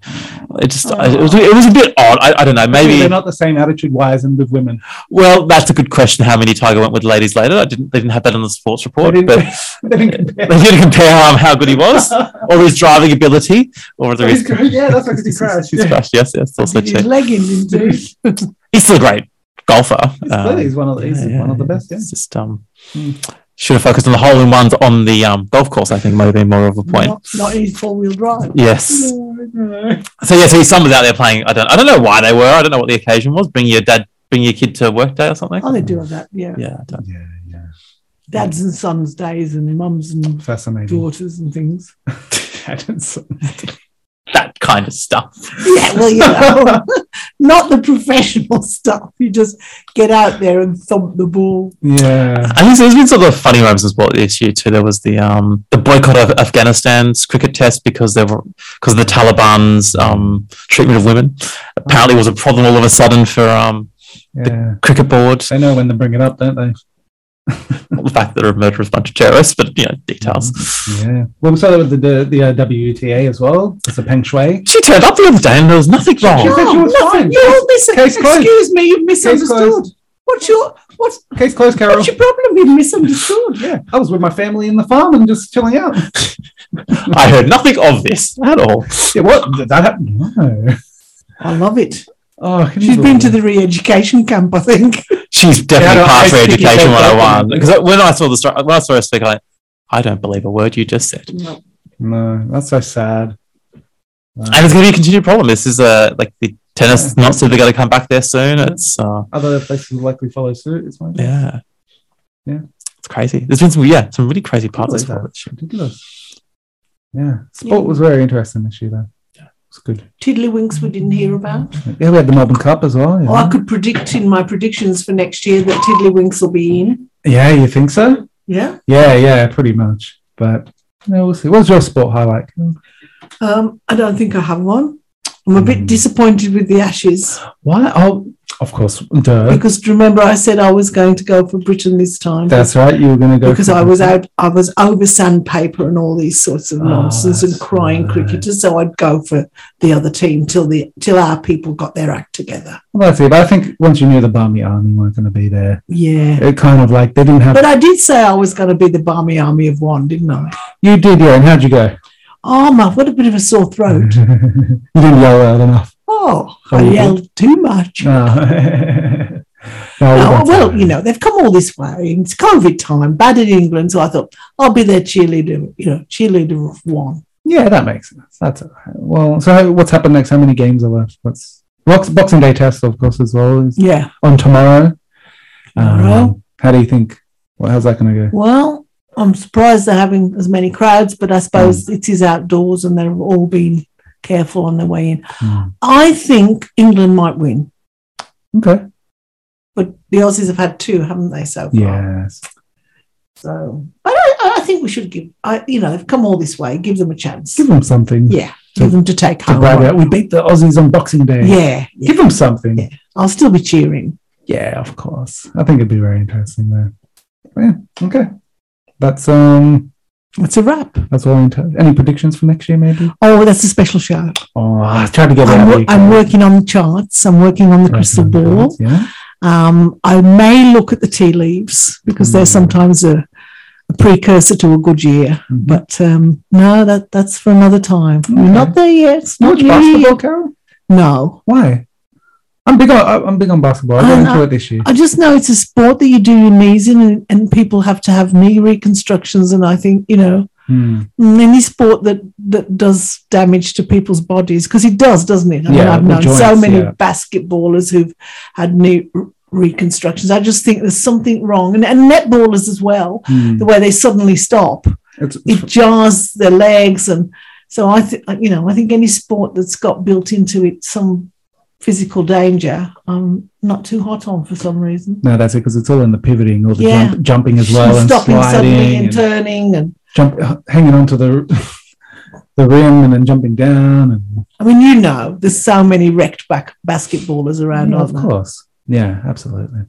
D: It just I- it, was, it was a bit odd. I, I don't know.
B: they're
D: Maybe
B: not the same attitude-wise and with women.
D: well, that's a good question. How many Tiger went with ladies later? I didn't. They didn't have that on the sports report,
B: didn't-
D: but
B: They didn't compare.
D: they did compare um, how good he was, or his driving ability, or the
B: Oh, He's
D: reason.
B: good. yeah, that's because he crashed.
D: He's
B: yeah.
D: crashed. Yes, yes. Also
C: Did his
D: true.
C: leggings into
D: He's still a great golfer.
B: He's,
D: Um,
B: clearly- he's one of the, he's
D: yeah,
B: one of the
D: yeah,
B: best. Yeah.
D: It's just um,
B: Hmm.
D: should have focused on the hole in ones on the um, golf course. I think might have been more of a point.
C: not, not his four wheel drive.
D: Yes. So yeah, so his son was out there playing. I don't, I don't know why they were. I don't know what the occasion was. Bring your dad, bring your kid to work day or something.
C: Oh, they do have that, yeah.
D: Yeah, I don't.
B: Yeah, yeah.
C: Dads and sons' days and mums and
B: Fascinating.
C: daughters and things.
D: that kind of stuff.
C: Yeah, well, you know, not the professional stuff. You just get out there and thump the ball.
B: yeah.
D: I think there's been sort of funny moments in sport this year too. There was the um the boycott of Afghanistan's cricket test because they were because of the Taliban's um treatment of women. Apparently, was a problem all of a sudden for um
B: Yeah.
D: cricket board.
B: They know when to bring it up, don't they?
D: Well, the fact that they're a murderous bunch of terrorists, but you know details.
B: Yeah. Well, we saw that with the the, the uh, WTA as well. It's a Peng Shui.
D: She turned up the other day and there was nothing
B: She
D: wrong.
B: said she was
C: Oh, nothing.
B: fine.
C: You're all mis-
B: Case closed.
C: Excuse me, you've misunderstood.
B: closed.
C: What's your what's,
B: Case closed, Carol.
C: what's your problem? You've misunderstood.
B: Yeah, I was with my family in the farm and just chilling out.
D: I heard nothing of this at all.
B: Yeah, what did that happen? No.
C: I love it. Hmm.
B: Oh, can you
C: She's been
B: believe
C: to
B: it?
C: the re-education camp, I think.
D: She's definitely
B: Yeah, no, I
D: part of
B: think he
D: education
B: said that.
D: 101. Because when I saw the stri- when I saw her speak, I I don't believe a word you just said.
C: Hmm.
B: No, that's so sad. Uh,
D: And it's going to be a continued problem. This is uh, like the tennis not so they're going to come back there soon. It's uh,
B: other places will likely follow suit. It's my
D: yeah,
B: Yeah.
D: it's crazy. There's been some yeah some really crazy parts
B: Believe
D: of sport.
B: that.
D: this year.
B: ridiculous. Yeah, sport was very interesting this year, though. Yeah, it's good.
C: Tiddlywinks we didn't hear about.
B: Yeah, we had the Melbourne Cup as well. Yeah,
C: Oh, I could predict in my predictions for next year that Tiddlywinks will be in.
B: yeah you think so?
C: Yeah.
B: Yeah, yeah, pretty much. But no, we'll see. What's your sport highlight?
C: Um, I don't think I have one. I'm a bit
B: Mm.
C: disappointed with the Ashes
B: Why? Oh, of course, duh.
C: because remember I said I was going to go for Britain this time.
B: That's right. You were going to go
C: because
B: for-
C: I was out, I was over sandpaper and all these sorts of
B: Ah,
C: nonsense and
B: that's
C: crying
B: right.
C: cricketers. So I'd go for the other team till the till our people got their act together.
B: Well, that's it. But I think once you knew the Barmy Army weren't going to be there,
C: Yeah.
B: it kind of like they didn't have
C: But I did say I was going to be the barmy army of one, didn't I?
B: you did yeah and how'd you go
C: Oh my, what a bit of a sore
B: you
C: throat.
B: didn't yell loud enough
C: Oh, I
B: Oh, you
C: yelled too much.
B: Ah, No.
C: No,
B: no,
C: well, you know, they've come all this way. It's COVID time, bad in England. So I thought, I'll be their cheerleader, you know, cheerleader of one.
B: Yeah, that makes sense. That's all right. well. So how, what's happened next? How many games are left? What's box, Boxing Day test, of course, as well is
C: Yeah.
B: on tomorrow. Um,
C: Tomorrow.
B: how do you think? Well, how's that going to go?
C: Well, I'm surprised they're having as many crowds, but I suppose
B: Hmm.
C: it is outdoors and they've all been careful on their way in.
B: Mm.
C: I think England might win,
B: Okay.
C: but the Aussies have had two, haven't they, so far?
B: Yes.
C: So, but I, I think we should give, I, you know, they've come all this way, give them a chance.
B: Give them something.
C: yeah,
B: to-
C: give them to take
B: To
C: home.
B: brag about. We beat the Aussies on Boxing Day.
C: yeah, yeah.
B: Give them something.
C: Yeah. I'll still be cheering.
B: Yeah, of course. I think it'd be very interesting there. Yeah. Okay. That's um.
C: It's a wrap.
B: That's all. I'm t- Any predictions for next year? Maybe.
C: Oh, that's a special show.
B: Oh, I tried to get it out.
C: I'm,
B: of
C: wo-
B: you, Kate.
C: I'm working on the charts. I'm working on the
B: Right,
C: crystal
B: right,
C: ball.
B: Yeah.
C: Um, I may look at the tea leaves because they're
B: Mm.
C: sometimes a, a precursor to a good year.
B: Mhm.
C: But um, no, that that's for another time. We're
B: Okay.
C: not there yet. It's
B: Do you
C: not
B: watch
C: really
B: basketball,
C: yet.
B: Carol?
C: No,
B: Why? I'm big on I- I'm big on basketball. I got
C: I-
B: into it this year.
C: I just know it's a sport that you do your knees in, and, and people have to have knee reconstructions. And I think you know
B: Hmm.
C: mm, any sport that that does damage to people's bodies because it does, doesn't it? I mean,
B: Yeah,
C: I've
B: the
C: known so
B: joints,
C: many
B: yeah.
C: basketballers who've had knee re- reconstructions. I just think there's something wrong, and, and netballers as well.
B: Hmm.
C: the way they suddenly stop.
B: It's,
C: It jars their legs, and so I, th- you know, I think any sport that's got built into it some physical danger, I'm not too hot on for some reason.
B: no, that's it because it's all in the pivoting or the
C: Yeah.
B: jump, jumping as well and
C: stopping suddenly
B: sliding
C: and
B: and
C: turning, and
B: jump, hanging onto the the rim and then jumping down and
C: I mean, you know, there's so many wrecked back basketballers around.
B: Yeah,
C: aren't
B: of
C: there?
B: course, yeah, absolutely.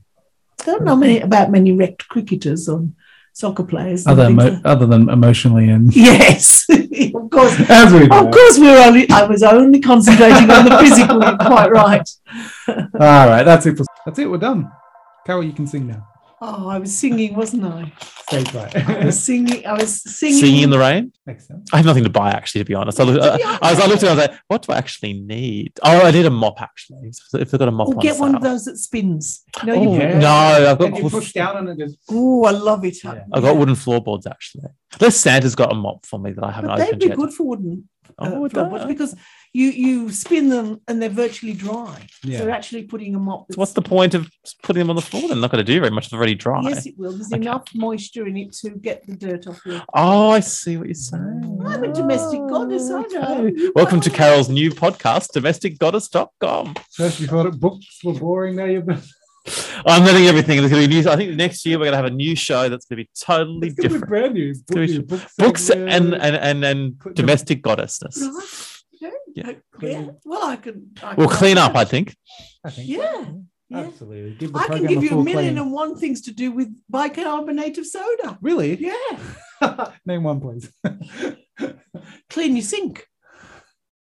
C: I don't know many about many wrecked cricketers on soccer players. and
B: Other
C: things
B: emo-
C: like-
B: other than emotionally and
C: yes, of course.
B: as we
C: Of
B: know.
C: course, we were only. I was only concentrating on the physical. You're quite right.
B: All right, that's it. For, that's it. We're done. Carol, you can sing now.
C: Oh, I was singing, wasn't I?
B: Stay
C: I
B: quiet.
C: was singing. I was singing.
D: Singing in the rain.
B: Makes sense.
D: I have nothing to buy actually, to be honest. I, looked,
C: To be
D: I, I was, I looked at it, I was like, what do I actually need? Oh, I need a mop actually. If- If they've got a mop
C: Oh,
D: on
C: get one of
D: sale.
C: those that spins. No,
D: Oh,
C: you
B: yeah.
D: No, I've got,
B: And you push down and it goes.
C: Oh, I love it.
B: Yeah.
D: I've got wooden floorboards actually. Unless Santa's got a mop for me that I haven't
C: But they'd
D: opened
C: be
D: yet.
C: good for wooden uh,
D: Oh, it
C: floorboards
D: does.
C: because you you spin them and they're virtually dry. So
B: Yeah.
C: they're actually putting a mop.
D: So what's the point of putting them on the floor? They're not going to do very much. They're already dry.
C: Yes, it will. There's
D: Okay.
C: enough moisture in it to get the dirt off your.
D: Oh, I see what you're saying.
C: I'm a domestic goddess, I know.
D: Oh, Okay. Welcome to Carol's new podcast, domesticgoddess.com.
B: First, you thought it books were boring. Now you're
D: I'm learning everything. There's going to be new. I think next year we're going to have a new show that's going to be totally
B: It's gonna be
D: different.
B: brand new. Book
D: Division.
B: new, Books,
D: Books and
B: uh,
D: and and, and
B: Put-
D: domestic goddessness.
C: Right.
D: Yeah.
C: Okay. Yeah. Well, I can. I
D: We'll
C: can-
D: clean up, I think.
B: I think.
C: Yeah. Yeah.
B: Absolutely. Give the
C: I can
B: program
C: give you
B: full
C: a million
B: clean.
C: and one things to do with bicarbonate of soda.
B: Really?
C: Yeah.
B: Name one, please.
C: Clean your sink.